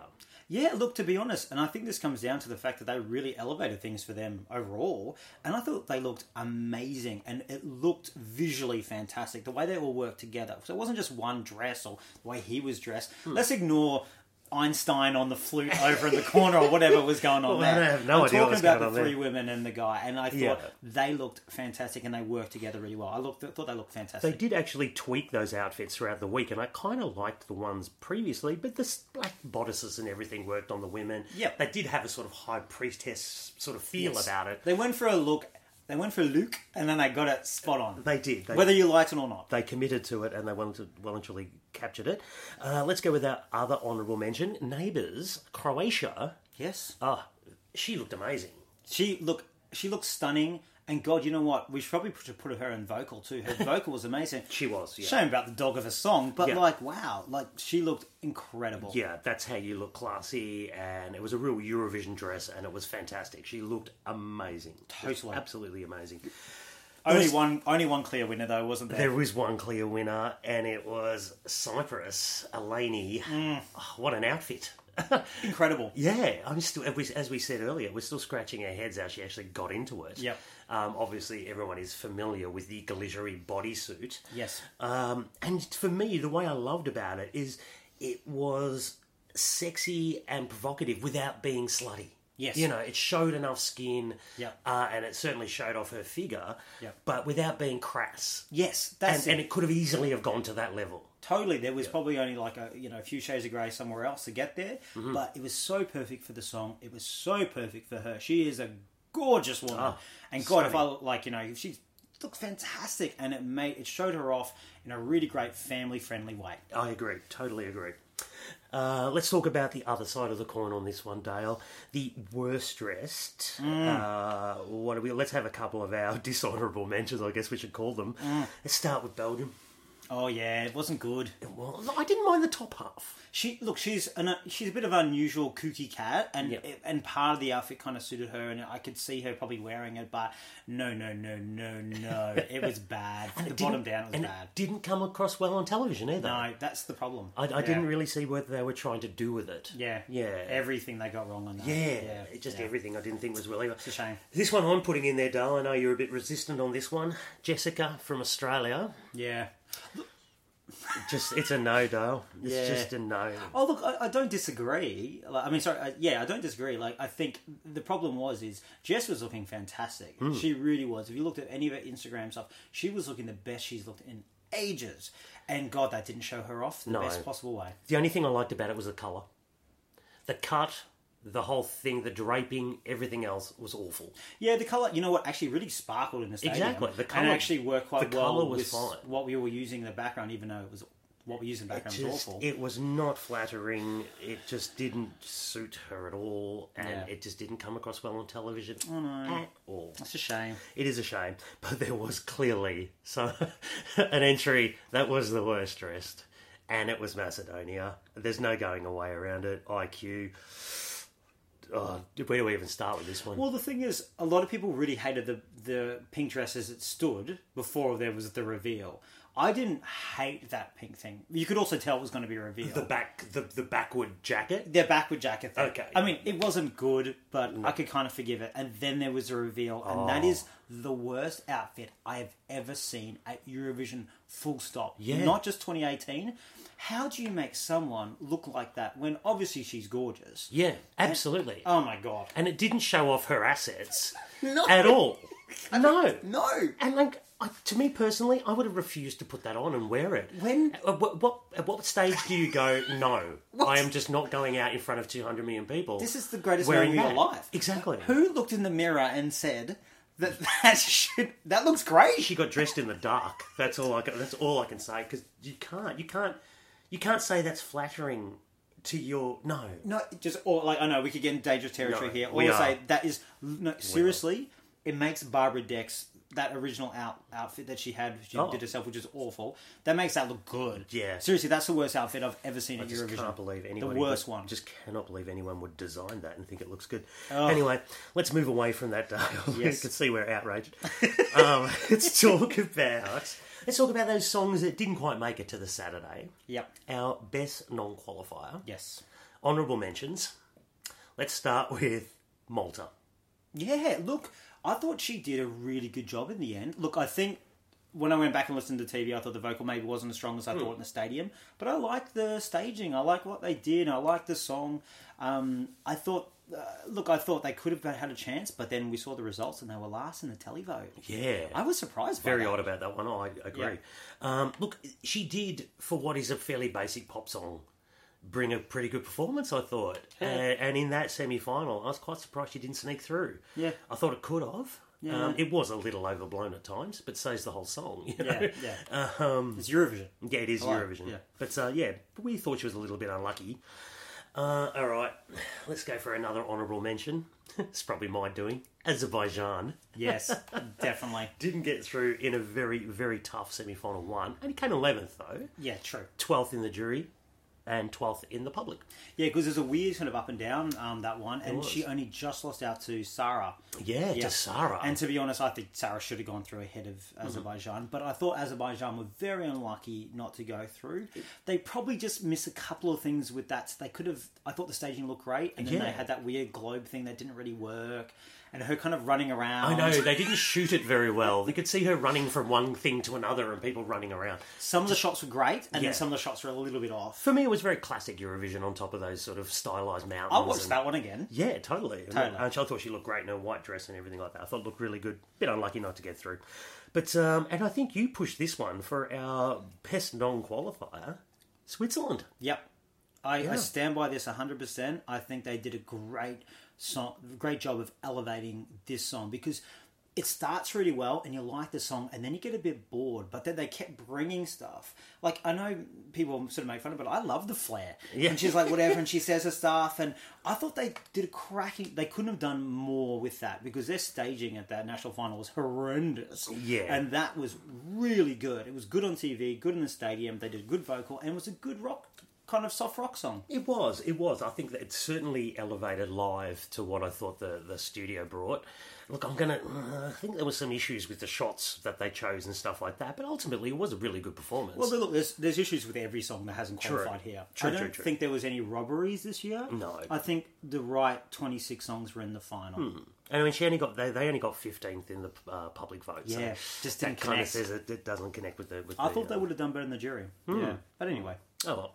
[SPEAKER 1] Yeah, look, to be honest, and I think this comes down to the fact that they really elevated things for them overall. And I thought they looked amazing and it looked visually fantastic the way they all worked together. So it wasn't just one dress or the way he was dressed.
[SPEAKER 2] Hmm.
[SPEAKER 1] Let's ignore Einstein on the flute over in the corner or whatever was going on
[SPEAKER 2] Well, I
[SPEAKER 1] there.
[SPEAKER 2] have no
[SPEAKER 1] I'm
[SPEAKER 2] idea
[SPEAKER 1] talking
[SPEAKER 2] what's
[SPEAKER 1] about
[SPEAKER 2] going
[SPEAKER 1] the
[SPEAKER 2] on
[SPEAKER 1] three
[SPEAKER 2] there.
[SPEAKER 1] women and the guy, and I thought
[SPEAKER 2] Yeah.
[SPEAKER 1] they looked fantastic and they worked together really well. I looked, thought they looked
[SPEAKER 2] They
[SPEAKER 1] fantastic.
[SPEAKER 2] did actually tweak those outfits throughout the week, and I kind of liked the ones previously, but the s- black bodices and everything worked on the women.
[SPEAKER 1] Yep.
[SPEAKER 2] They did have a sort of high priestess sort of feel about it.
[SPEAKER 1] They went for a look. They went for a look, and then they got it spot on.
[SPEAKER 2] They did. They,
[SPEAKER 1] Whether you liked it or not.
[SPEAKER 2] they committed to it and they well, and- well and truly captured it. Uh, let's go with our other honourable mention Neighbours, Croatia.
[SPEAKER 1] Yes.
[SPEAKER 2] Ah, she looked amazing.
[SPEAKER 1] She look she looks stunning. And God, you know what? We should probably put put her in vocal too. Her vocal was amazing.
[SPEAKER 2] She was, yeah.
[SPEAKER 1] Shame about the dog of a song, but
[SPEAKER 2] Yeah.
[SPEAKER 1] like wow, like she looked incredible.
[SPEAKER 2] Yeah, that's how you look classy, and it was a real Eurovision dress, and it was fantastic. She looked amazing.
[SPEAKER 1] Totally.
[SPEAKER 2] Absolutely amazing.
[SPEAKER 1] Only
[SPEAKER 2] Those-
[SPEAKER 1] one only one clear winner though, wasn't there?
[SPEAKER 2] There was one clear winner, and it was Cyprus, Eleni.
[SPEAKER 1] Mm.
[SPEAKER 2] Oh, what an outfit!
[SPEAKER 1] Incredible.
[SPEAKER 2] Yeah, I'm still as we, as we said earlier, we're still scratching our heads how she actually got into it.
[SPEAKER 1] Yep.
[SPEAKER 2] Um, obviously, everyone is familiar with the glittery bodysuit.
[SPEAKER 1] Yes.
[SPEAKER 2] Um, and for me, the way I loved about it is it was sexy and provocative without being slutty.
[SPEAKER 1] Yes.
[SPEAKER 2] You know, it showed enough skin,
[SPEAKER 1] Yep.
[SPEAKER 2] uh, and it certainly showed off her figure,
[SPEAKER 1] Yep.
[SPEAKER 2] but without being crass
[SPEAKER 1] Yes,
[SPEAKER 2] and,
[SPEAKER 1] that's
[SPEAKER 2] and
[SPEAKER 1] it.
[SPEAKER 2] it could have easily have gone to that level.
[SPEAKER 1] Totally. There was probably only like a you know a few shades of grey somewhere else to get there,
[SPEAKER 2] Mm-hmm.
[SPEAKER 1] but it was so perfect for the song. It was so perfect for her. She is a gorgeous woman,
[SPEAKER 2] Ah,
[SPEAKER 1] and God, if I look like you know if she looks fantastic, and it made it showed her off in a really great family friendly way.
[SPEAKER 2] I agree, totally agree. Uh, let's talk about the other side of the coin on this one, Dale. The worst dressed.
[SPEAKER 1] Mm.
[SPEAKER 2] Uh, what are we? Let's have a couple of our dishonourable mentions. I guess we should call them.
[SPEAKER 1] Mm.
[SPEAKER 2] Let's start with Belgium.
[SPEAKER 1] Oh yeah, it wasn't good.
[SPEAKER 2] Well, I didn't mind the top half.
[SPEAKER 1] She look, she's an she's a bit of an unusual kooky cat, and
[SPEAKER 2] Yep.
[SPEAKER 1] and part of the outfit kind of suited her, and I could see her probably wearing it, but no, no, no, no, no, it was bad. the bottom
[SPEAKER 2] Didn't-
[SPEAKER 1] down was
[SPEAKER 2] and
[SPEAKER 1] bad.
[SPEAKER 2] It didn't come across well on television either.
[SPEAKER 1] No, that's the problem.
[SPEAKER 2] I, I didn't really see what they were trying to do with it.
[SPEAKER 1] Yeah,
[SPEAKER 2] Yeah.
[SPEAKER 1] Everything they got wrong on that.
[SPEAKER 2] Yeah, it just everything I didn't think was well either. It's
[SPEAKER 1] a shame.
[SPEAKER 2] This one I'm putting in there, Dale. I know you're a bit resistant on this one. Jessica from Australia.
[SPEAKER 1] Yeah.
[SPEAKER 2] Just it's a no, Dale. It's
[SPEAKER 1] Yeah.
[SPEAKER 2] just a no.
[SPEAKER 1] Oh look, I, I don't disagree. Like, I mean, sorry, I, yeah, I don't disagree. Like, I think the problem was is Jess was looking fantastic.
[SPEAKER 2] Hmm.
[SPEAKER 1] She really was. If you looked at any of her Instagram stuff, she was looking the best she's looked in ages. And God, that didn't show her off the
[SPEAKER 2] No.
[SPEAKER 1] best possible way.
[SPEAKER 2] The only thing I liked about it was the colour. The cut, the whole thing, the draping, everything else was awful.
[SPEAKER 1] Yeah, the color. You know what? Actually, really sparkled in the stadium.
[SPEAKER 2] Exactly, the colour-
[SPEAKER 1] and actually worked quite
[SPEAKER 2] the
[SPEAKER 1] well
[SPEAKER 2] colour was
[SPEAKER 1] with
[SPEAKER 2] fine.
[SPEAKER 1] what we were using in the background, even though it was what we used in the background was
[SPEAKER 2] Just,
[SPEAKER 1] awful.
[SPEAKER 2] it was not flattering. It just didn't suit her at all, and
[SPEAKER 1] Yeah. Oh,
[SPEAKER 2] it just didn't come across well on television at all.
[SPEAKER 1] That's a shame.
[SPEAKER 2] It is a shame, but there was clearly so an entry that was the worst dressed, and it was Macedonia. There's no going away around it. IQ. Oh, where do we even start with this one?
[SPEAKER 1] Well, the thing is, a lot of people really hated the the pink dress as it stood before there was the reveal. I didn't hate that pink thing. You could also tell it was going to be revealed.
[SPEAKER 2] the back, the the backward jacket.
[SPEAKER 1] their backward jacket thing.
[SPEAKER 2] Okay.
[SPEAKER 1] I mean, it wasn't good, but I could kind of forgive it. And then there was a reveal, and that
[SPEAKER 2] Oh.
[SPEAKER 1] is the worst outfit I have ever seen at Eurovision, full stop.
[SPEAKER 2] Yeah.
[SPEAKER 1] Not just 2018. How do you make someone look like that when obviously she's gorgeous?
[SPEAKER 2] Yeah, Uh, absolutely.
[SPEAKER 1] Oh my god.
[SPEAKER 2] and it didn't show off her assets at all. No,
[SPEAKER 1] No!
[SPEAKER 2] And like, I, to me personally, I would have refused to put that on and wear it.
[SPEAKER 1] When-
[SPEAKER 2] At what, what at what stage do you go? No, I am just not going out in front of two hundred million people.
[SPEAKER 1] This is the greatest
[SPEAKER 2] wearing
[SPEAKER 1] moment of your
[SPEAKER 2] that.
[SPEAKER 1] life.
[SPEAKER 2] Exactly.
[SPEAKER 1] Who looked in the mirror and said that that should that looks great?
[SPEAKER 2] She got dressed in the dark. That's all I can. That's all I can say because you can't. You can't. You can't say that's flattering to your no.
[SPEAKER 1] No, just or like I know we could get in dangerous territory
[SPEAKER 2] No,
[SPEAKER 1] here. Or
[SPEAKER 2] we are.
[SPEAKER 1] say that is no seriously, it makes Barbara Dex that original out, outfit that she had she
[SPEAKER 2] Oh.
[SPEAKER 1] did herself, which is awful. That makes that look good.
[SPEAKER 2] Yeah.
[SPEAKER 1] seriously, that's the worst outfit I've ever seen at
[SPEAKER 2] I just
[SPEAKER 1] Eurovision.
[SPEAKER 2] can't believe anyone.
[SPEAKER 1] worst one. Oh.
[SPEAKER 2] Just cannot believe anyone would design that and think it looks good. Anyway, let's move away from that, Dale. you
[SPEAKER 1] Yes.
[SPEAKER 2] can see we're outraged. um, let's talk about let's talk about those songs that didn't quite make it to the Saturday.
[SPEAKER 1] Yep.
[SPEAKER 2] Our best non-qualifier,
[SPEAKER 1] Yes.
[SPEAKER 2] honourable mentions. Let's start with Malta.
[SPEAKER 1] Yeah, look, I thought she did a really good job in the end. Look, I think when I went back and listened to TV, I thought the vocal maybe wasn't as strong
[SPEAKER 2] Hmm.
[SPEAKER 1] as I thought in the stadium, but I like the staging. I like what they did. I like the song. Um, I thought, uh, look, I thought they could have had a chance, but then we saw the results and they were last in the televote.
[SPEAKER 2] Yeah,
[SPEAKER 1] I was surprised.
[SPEAKER 2] very
[SPEAKER 1] by that.
[SPEAKER 2] odd about that one. I agree. Um, look, she did for what is a fairly basic pop song, bring a pretty good performance. I thought, and, and in that semi-final, I was quite surprised she didn't sneak through.
[SPEAKER 1] Yeah.
[SPEAKER 2] I thought it could have. Um, it was a little overblown at times, but so's the whole song. You know?
[SPEAKER 1] Yeah, yeah.
[SPEAKER 2] Um,
[SPEAKER 1] it's Eurovision.
[SPEAKER 2] Yeah, it is
[SPEAKER 1] like-
[SPEAKER 2] Eurovision.
[SPEAKER 1] yeah.
[SPEAKER 2] But uh, yeah, we thought she was a little bit unlucky. Uh, all right, let's go for another honourable mention. it's probably my doing. Azerbaijan
[SPEAKER 1] Yes, definitely.
[SPEAKER 2] didn't get through in a very, very tough semi final one. And he came 11th, though.
[SPEAKER 1] Yeah, true.
[SPEAKER 2] 12th in the jury and 12th in the public.
[SPEAKER 1] Yeah, because there's a weird sort of up and down um, that one, and
[SPEAKER 2] was.
[SPEAKER 1] she only just lost out to Sarah.
[SPEAKER 2] Yeah,
[SPEAKER 1] Yeah.
[SPEAKER 2] to Sarah.
[SPEAKER 1] And to be honest, I think Sarah should have gone through ahead of
[SPEAKER 2] Mm-hmm.
[SPEAKER 1] Azerbaijan, but I thought Azerbaijan were very unlucky not to go through. They probably just miss a couple of things with that. They could have. I thought the staging looked great, and then
[SPEAKER 2] Yeah.
[SPEAKER 1] they had that weird globe thing that didn't really work, and her kind of running around.
[SPEAKER 2] I know, they didn't shoot it very well. You could see her running from one thing to another and people running around.
[SPEAKER 1] Some of the shots were great, and
[SPEAKER 2] Yeah.
[SPEAKER 1] then some of the shots were a little bit off.
[SPEAKER 2] For me, it was very classic Eurovision on top of those sort of stylized mountains.
[SPEAKER 1] I watched
[SPEAKER 2] and-
[SPEAKER 1] that one again.
[SPEAKER 2] Yeah, totally. And
[SPEAKER 1] Totally.
[SPEAKER 2] I thought she looked great in her white dress and everything like that. I thought it looked really good. Bit unlucky not to get through. But, um, and I think you pushed this one for our best non qualifier, Switzerland.
[SPEAKER 1] Yep. I, I stand by this 100%. I think they did a great song, great job of elevating this song because it starts really well and you like the song and then you get a bit bored but then they kept bringing stuff like i know people sort of make fun of it but i love the flair
[SPEAKER 2] Yeah.
[SPEAKER 1] and she's like whatever and she says her stuff and i thought they did a cracking they couldn't have done more with that because their staging at that national final was horrendous
[SPEAKER 2] Yeah.
[SPEAKER 1] and that was really good it was good on tv good in the stadium they did good vocal and it was a good rock kind of soft rock song
[SPEAKER 2] It was, it was. I think that it certainly elevated live to what I thought the, the studio brought. Look, I'm gonna. I think there were some issues with the shots that they chose and stuff like that, but ultimately it was a really good performance.
[SPEAKER 1] Well, but look, there's, there's issues with every song that hasn't
[SPEAKER 2] True.
[SPEAKER 1] qualified here.
[SPEAKER 2] True,
[SPEAKER 1] I don't
[SPEAKER 2] true, true.
[SPEAKER 1] think there was any robberies this year.
[SPEAKER 2] No.
[SPEAKER 1] I think the right 26 songs were in the final.
[SPEAKER 2] and I mean, she only got they, they only got 15th in the uh, public vote.
[SPEAKER 1] Yeah,
[SPEAKER 2] so
[SPEAKER 1] just
[SPEAKER 2] that
[SPEAKER 1] didn't
[SPEAKER 2] kind
[SPEAKER 1] connect.
[SPEAKER 2] of says it, it doesn't connect with the. With
[SPEAKER 1] I
[SPEAKER 2] the,
[SPEAKER 1] thought they
[SPEAKER 2] uh,
[SPEAKER 1] would have done better than the jury. Yeah. But anyway,
[SPEAKER 2] Oh well.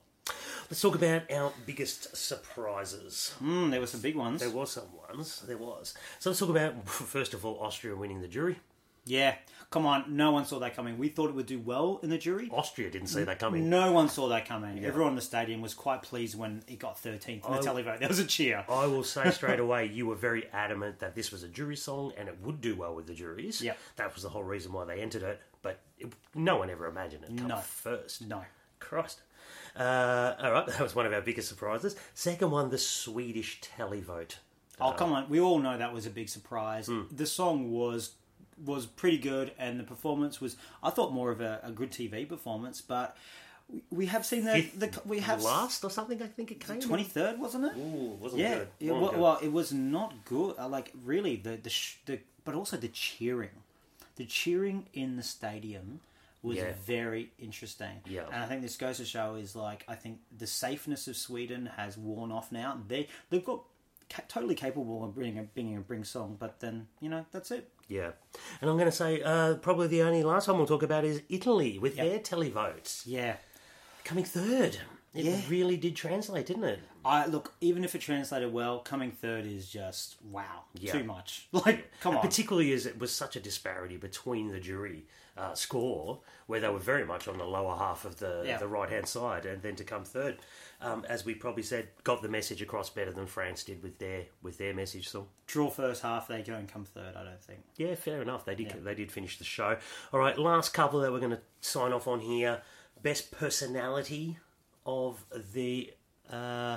[SPEAKER 2] Let's talk about our biggest surprises.
[SPEAKER 1] mm, there were some big ones.
[SPEAKER 2] There were some ones. There was. So let's talk about first of all Austria winning the jury.
[SPEAKER 1] Yeah. Come on, no one saw that coming. We thought it would do well in the jury.
[SPEAKER 2] Austria didn't
[SPEAKER 1] Mm.
[SPEAKER 2] see that coming.
[SPEAKER 1] No one saw that coming. Everyone in the stadium was quite pleased when it got 13th in the televote. There was a cheer.
[SPEAKER 2] I will say straight away, you were very adamant that this was a jury song and it would do well with the juries.
[SPEAKER 1] Yep.
[SPEAKER 2] That was the whole reason why they entered it, but it, no one ever imagined it come
[SPEAKER 1] No.
[SPEAKER 2] first.
[SPEAKER 1] No.
[SPEAKER 2] Christ. Uh, all right, that was one of our biggest surprises. Second one, the Swedish televote.
[SPEAKER 1] Oh come on! We all know that was a big surprise.
[SPEAKER 2] Hmm.
[SPEAKER 1] The song was was pretty good, and the performance was. I thought more of a, a good TV performance, but we, we have seen the,
[SPEAKER 2] Fifth
[SPEAKER 1] the we have
[SPEAKER 2] Last or something, I think it came.
[SPEAKER 1] twenty third, wasn't it?
[SPEAKER 2] Ooh, wasn't
[SPEAKER 1] yeah,
[SPEAKER 2] good.
[SPEAKER 1] it,
[SPEAKER 2] Wasn't
[SPEAKER 1] well,
[SPEAKER 2] good.
[SPEAKER 1] well, it was not good. Uh, Like really, the the, sh- the but also the cheering, the cheering in the stadium was
[SPEAKER 2] Yeah.
[SPEAKER 1] very interesting.
[SPEAKER 2] Yeah.
[SPEAKER 1] and I think this goes to show is like I think the safeness of Sweden has worn off now. They they've got ca- totally capable of bringing a bringing a bring song, but then you know that's it.
[SPEAKER 2] Yeah. And I'm going to say uh, probably the only last one we'll talk about is Italy with
[SPEAKER 1] Yep.
[SPEAKER 2] their televotes.
[SPEAKER 1] Yeah.
[SPEAKER 2] Coming third. It
[SPEAKER 1] Yeah.
[SPEAKER 2] really did translate, didn't it?
[SPEAKER 1] I look even if it translated well, coming third is just wow,
[SPEAKER 2] Yeah.
[SPEAKER 1] too much. Like, come
[SPEAKER 2] And
[SPEAKER 1] on,
[SPEAKER 2] Particularly as it was such a disparity between the jury uh, score, where they were very much on the lower half of the,
[SPEAKER 1] Yeah.
[SPEAKER 2] the right hand side, and then to come third, um, as we probably said, got the message across better than France did with their with their message. So
[SPEAKER 1] draw first half, they don't come third. I don't think.
[SPEAKER 2] yeah, fair enough. They did they did finish the show. All right, last couple that we're going to sign off on here. Best personality of the uh,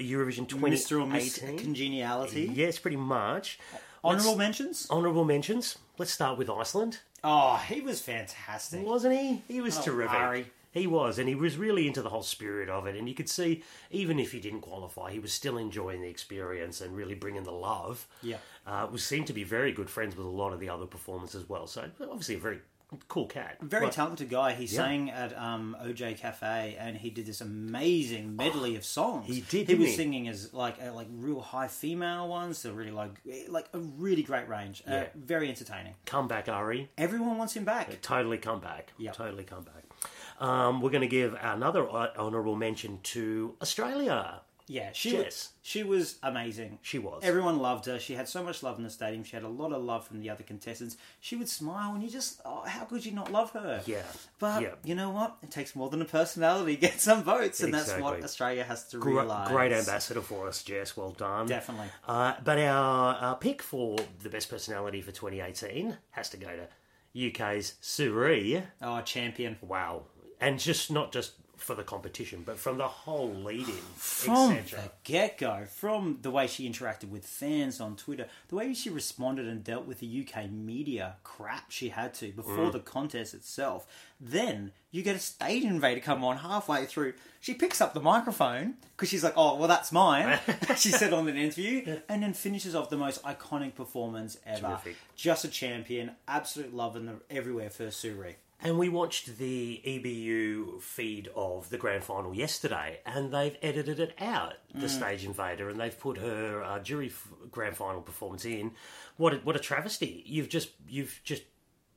[SPEAKER 2] Eurovision twenty
[SPEAKER 1] Mr. or Miss
[SPEAKER 2] eighteen.
[SPEAKER 1] Congeniality.
[SPEAKER 2] Yes, pretty much.
[SPEAKER 1] Honorable mentions?
[SPEAKER 2] Honourable mentions. Let's start with Iceland.
[SPEAKER 1] Oh, he was fantastic.
[SPEAKER 2] wasn't he? He was terrific.
[SPEAKER 1] Oh, Ari.
[SPEAKER 2] He was, and he was really into the whole spirit of it. And you could see, even if he didn't qualify, he was still enjoying the experience and really bringing the love.
[SPEAKER 1] Yeah.
[SPEAKER 2] uh, was seemed to be very good friends with a lot of the other performers as well. So obviously a very cool cat.
[SPEAKER 1] Very
[SPEAKER 2] Well,
[SPEAKER 1] talented guy. He sang at um, OJ Cafe, and he did this amazing medley of songs.
[SPEAKER 2] Oh, He did,
[SPEAKER 1] He
[SPEAKER 2] didn't
[SPEAKER 1] was
[SPEAKER 2] he?
[SPEAKER 1] singing as like uh, like real high female ones. So really like eh, like a really great range. Uh,
[SPEAKER 2] Yeah.
[SPEAKER 1] Very entertaining.
[SPEAKER 2] come back, Ari.
[SPEAKER 1] Everyone wants him back.
[SPEAKER 2] Totally come back.
[SPEAKER 1] Yeah.
[SPEAKER 2] Totally come back. Um, we're going to give another uh, honourable mention to Australia.
[SPEAKER 1] Yeah, she
[SPEAKER 2] Jess.
[SPEAKER 1] was, she was amazing.
[SPEAKER 2] She was.
[SPEAKER 1] Everyone loved her. She had so much love in the stadium. She had a lot of love from the other contestants. She would smile, and you just, oh, how could you not love her?
[SPEAKER 2] Yeah.
[SPEAKER 1] But
[SPEAKER 2] Yeah.
[SPEAKER 1] you know what? It takes more than a personality to get some votes, and that's what
[SPEAKER 2] Exactly.
[SPEAKER 1] Australia has to
[SPEAKER 2] Gr-
[SPEAKER 1] realise.
[SPEAKER 2] Great ambassador for us, Jess. Well done.
[SPEAKER 1] Definitely.
[SPEAKER 2] Uh, but our, our pick for the best personality for 2018 has to go to UK's Suri.
[SPEAKER 1] Oh, champion.
[SPEAKER 2] Wow. And just not just for the competition, but from the whole lead in,
[SPEAKER 1] From
[SPEAKER 2] etc.
[SPEAKER 1] the get go, from the way she interacted with fans on Twitter, the way she responded and dealt with the UK media crap she had to
[SPEAKER 2] Mm.
[SPEAKER 1] before the contest itself, then you get a stage invader come on halfway through. She picks up the microphone because she's like, oh, well, that's mine. she said on an interview, and then finishes off the most iconic performance ever.
[SPEAKER 2] Terrific.
[SPEAKER 1] Just a champion, absolute love in the, everywhere for Suri.
[SPEAKER 2] And we watched the EBU feed of the grand final yesterday, and they've edited it out, the
[SPEAKER 1] Mm.
[SPEAKER 2] stage invader, and they've put her uh, jury f- grand final performance in. What a, what a travesty! You've just you've just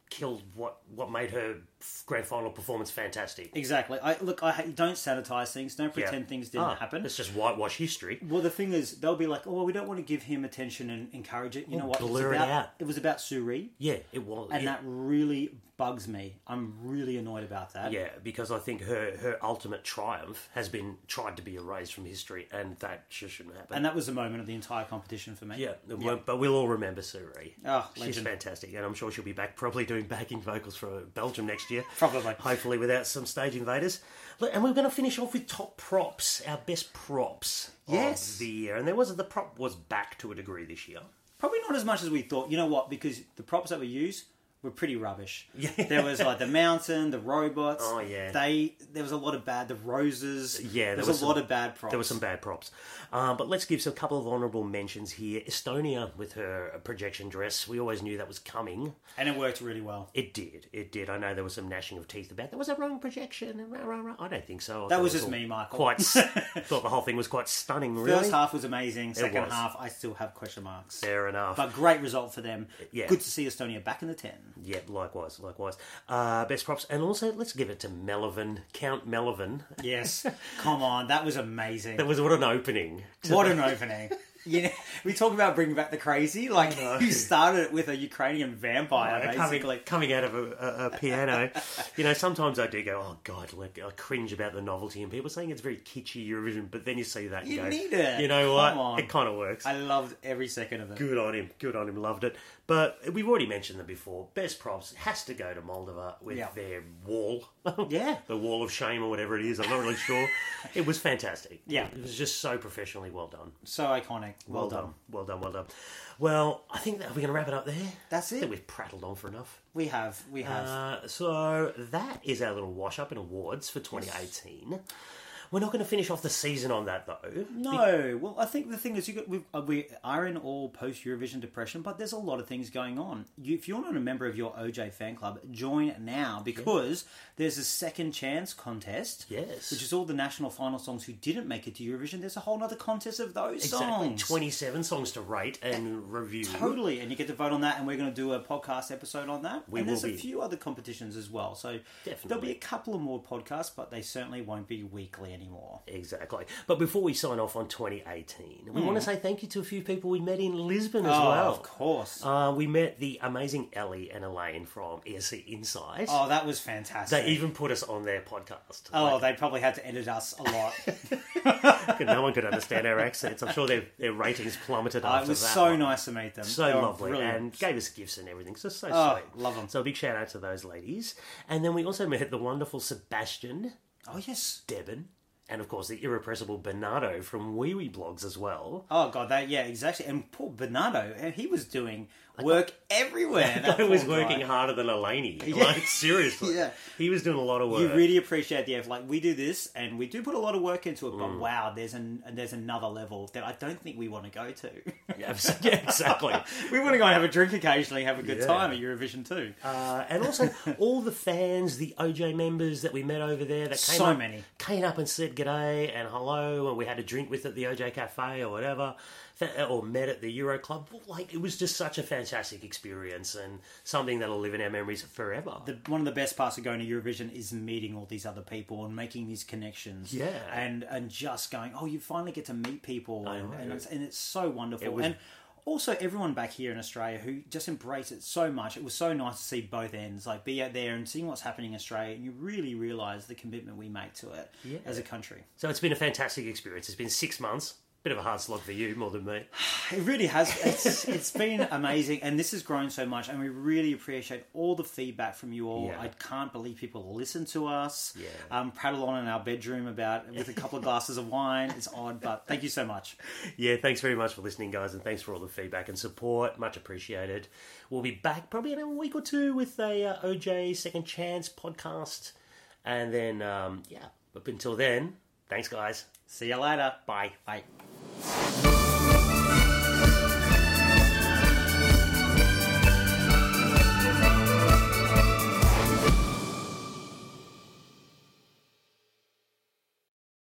[SPEAKER 2] killed what what made her f- grand final performance fantastic.
[SPEAKER 1] Exactly. I look. I ha- don't sanitize things. Don't pretend things didn't
[SPEAKER 2] Ah,
[SPEAKER 1] happen.
[SPEAKER 2] It's just whitewash history.
[SPEAKER 1] Well, the thing is, they'll be like, "Oh, we don't want to give him attention and encourage it." You know what?
[SPEAKER 2] blur it
[SPEAKER 1] about,
[SPEAKER 2] out.
[SPEAKER 1] It was about Suri,
[SPEAKER 2] Yeah, it was.
[SPEAKER 1] and
[SPEAKER 2] yeah.
[SPEAKER 1] that really bugs me. I'm really annoyed about that.
[SPEAKER 2] Yeah, because I think her her ultimate triumph has been tried to be erased from history, and that just shouldn't happen.
[SPEAKER 1] And that was the moment of the entire competition for me.
[SPEAKER 2] yeah, it won't- but we'll all remember Suri.
[SPEAKER 1] Oh,
[SPEAKER 2] She's
[SPEAKER 1] legend.
[SPEAKER 2] fantastic, and I'm sure she'll be back probably doing backing vocals for Belgium next year.
[SPEAKER 1] Probably.
[SPEAKER 2] Hopefully, without some stage invaders. Look, And we're going to finish off with top props, our best props
[SPEAKER 1] Yes.
[SPEAKER 2] of the year. And there was the prop was back to a degree this year.
[SPEAKER 1] Probably not as much as we thought. You know what? Because the props that we used were pretty rubbish.
[SPEAKER 2] Yeah.
[SPEAKER 1] There was like the mountain, the robots.
[SPEAKER 2] Oh, yeah.
[SPEAKER 1] They there was a lot of bad. The roses.
[SPEAKER 2] Yeah, there
[SPEAKER 1] there, was,
[SPEAKER 2] was
[SPEAKER 1] a lot
[SPEAKER 2] some-
[SPEAKER 1] of bad props.
[SPEAKER 2] There were some bad props. Um, but let's give some couple of honourable mentions here. Estonia with her projection dress. We always knew that was coming.
[SPEAKER 1] and it worked really well.
[SPEAKER 2] It did. It did. I know there was some gnashing of teeth about there was a wrong projection. and rah, rah, rah." I don't think so. I
[SPEAKER 1] That
[SPEAKER 2] thought
[SPEAKER 1] was
[SPEAKER 2] it
[SPEAKER 1] just
[SPEAKER 2] all
[SPEAKER 1] me, Michael.
[SPEAKER 2] Quite. s- thought the whole thing was quite stunning. Really.
[SPEAKER 1] First half was amazing. Second
[SPEAKER 2] was.
[SPEAKER 1] half, I still have question marks.
[SPEAKER 2] Fair enough.
[SPEAKER 1] But great result for them.
[SPEAKER 2] Yeah.
[SPEAKER 1] Good to see Estonia back in the 10.
[SPEAKER 2] yeah, likewise, likewise. Uh, best props, and also let's give it to Melvin, Count Melvin.
[SPEAKER 1] Yes. Come on, that was amazing.
[SPEAKER 2] That was what an opening.
[SPEAKER 1] What an opening. You know, we talk about bringing back the crazy. Like, you started it with a Ukrainian vampire,
[SPEAKER 2] Uh,
[SPEAKER 1] basically.
[SPEAKER 2] coming, coming out of a, a, a piano. you know, sometimes I do go, oh god, like I cringe about the novelty and people saying it's very kitschy Eurovision, but then you see that and
[SPEAKER 1] You
[SPEAKER 2] go,
[SPEAKER 1] need it.
[SPEAKER 2] You know
[SPEAKER 1] Come
[SPEAKER 2] what?
[SPEAKER 1] on.
[SPEAKER 2] It kind of works.
[SPEAKER 1] I loved every second of it.
[SPEAKER 2] Good on him. Good on him. Loved it. But we've already mentioned them before. Best props has to go to Moldova with
[SPEAKER 1] Yeah.
[SPEAKER 2] their wall.
[SPEAKER 1] Yeah.
[SPEAKER 2] the wall of shame or whatever it is. I'm not really sure. It was fantastic.
[SPEAKER 1] Yeah.
[SPEAKER 2] It was just so professionally well done.
[SPEAKER 1] So iconic. Well, done.
[SPEAKER 2] Well done. Well done. Well, I think that we're going to wrap it up there.
[SPEAKER 1] That's
[SPEAKER 2] I
[SPEAKER 1] it.
[SPEAKER 2] think we've prattled on for enough.
[SPEAKER 1] We have. We have.
[SPEAKER 2] Uh, so that is our little wash up in awards for 2018. We're not going to finish off the season on that though.
[SPEAKER 1] no. Well, I think the thing is, you got, we've, uh, we are in all post Eurovision depression, but there's a lot of things going on. You, if you're not a member of your OJ fan club, join now because there's a second chance contest.
[SPEAKER 2] Yes.
[SPEAKER 1] Which is all the national final songs who didn't make it to Eurovision. There's a whole other contest of those
[SPEAKER 2] Exactly.
[SPEAKER 1] songs.
[SPEAKER 2] 27 songs to rate and review.
[SPEAKER 1] Totally, and you get to vote on that, and we're going to do a podcast episode on that.
[SPEAKER 2] We
[SPEAKER 1] and there's
[SPEAKER 2] will
[SPEAKER 1] a
[SPEAKER 2] be.
[SPEAKER 1] few other competitions as well, so there'll
[SPEAKER 2] Definitely.
[SPEAKER 1] be a couple of more podcasts, but they certainly won't be weekly anymore.
[SPEAKER 2] Exactly. But before we sign off on 2018, we want to say thank you to a few people we met in Lisbon as
[SPEAKER 1] Hmm. Oh,
[SPEAKER 2] well.
[SPEAKER 1] of course.
[SPEAKER 2] Uh, we met the amazing Ellie and Elaine from E ESC Insight.
[SPEAKER 1] oh, that was fantastic.
[SPEAKER 2] They even put us on their podcast.
[SPEAKER 1] oh, they probably had to edit us a lot.
[SPEAKER 2] Like, no one could understand our accents. I'm sure their, their ratings plummeted
[SPEAKER 1] Uh,
[SPEAKER 2] after
[SPEAKER 1] it was
[SPEAKER 2] that.
[SPEAKER 1] so
[SPEAKER 2] one.
[SPEAKER 1] nice to meet them. They
[SPEAKER 2] So
[SPEAKER 1] were
[SPEAKER 2] lovely,
[SPEAKER 1] brilliant.
[SPEAKER 2] and gave us gifts and everything. So so
[SPEAKER 1] Oh,
[SPEAKER 2] sweet,
[SPEAKER 1] love 'em.
[SPEAKER 2] So a big shout out to those ladies, and then we also met the wonderful Sebastian
[SPEAKER 1] oh yes.
[SPEAKER 2] Debon, and of course the irrepressible Bernardo from Wee Wee Blogs as well.
[SPEAKER 1] Oh god, that yeah, exactly. And poor Bernardo, uh, he was doing work everywhere. That
[SPEAKER 2] I was
[SPEAKER 1] poor guy.
[SPEAKER 2] working harder than Elaney. Like seriously,
[SPEAKER 1] Yeah.
[SPEAKER 2] he was doing a lot of work.
[SPEAKER 1] You really appreciate the effort. Like we do this, and we do put a lot of work into it. But
[SPEAKER 2] Mm.
[SPEAKER 1] wow, there's an there's another level that I don't think we want to go to.
[SPEAKER 2] yeah, exactly.
[SPEAKER 1] we want to go and have a drink occasionally, have a good
[SPEAKER 2] Yeah.
[SPEAKER 1] time at Eurovision too.
[SPEAKER 2] Uh, and also all the fans, the OJ members that we met over there, that came
[SPEAKER 1] So
[SPEAKER 2] up,
[SPEAKER 1] many.
[SPEAKER 2] came up and said g'day and hello, and we had a drink with at the OJ Cafe or whatever, fa- or met at the Euro Club. Like it was just such a fantastic experience and something that'll live in our memories forever.
[SPEAKER 1] the, one of the best parts of going to Eurovision is meeting all these other people and making these connections.
[SPEAKER 2] Yeah.
[SPEAKER 1] and and just going, oh, you finally get to meet people, and,
[SPEAKER 2] know.
[SPEAKER 1] and, it's, and it's so wonderful.
[SPEAKER 2] was-
[SPEAKER 1] And also everyone back here in Australia who just embrace it so much. It was so nice to see both ends, like be out there and seeing what's happening in Australia, and you really realise the commitment we make to it as a country.
[SPEAKER 2] so it's been a fantastic experience. It's been six months. Bit of a hard slog for you, more than me.
[SPEAKER 1] It really has. It's, it's been amazing, and this has grown so much, and we really appreciate all the feedback from you all.
[SPEAKER 2] Yeah.
[SPEAKER 1] I can't believe people listen to us.
[SPEAKER 2] Yeah.
[SPEAKER 1] Um, prattle on in our bedroom about with a couple of glasses of wine. It's odd, but thank you so much.
[SPEAKER 2] Yeah, thanks very much for listening, guys, and thanks for all the feedback and support. Much appreciated. We'll be back probably in a week or two with a uh, OJ Second Chance podcast. And then, um, yeah, up until then, thanks, guys.
[SPEAKER 1] See you later.
[SPEAKER 2] Bye.
[SPEAKER 1] Bye.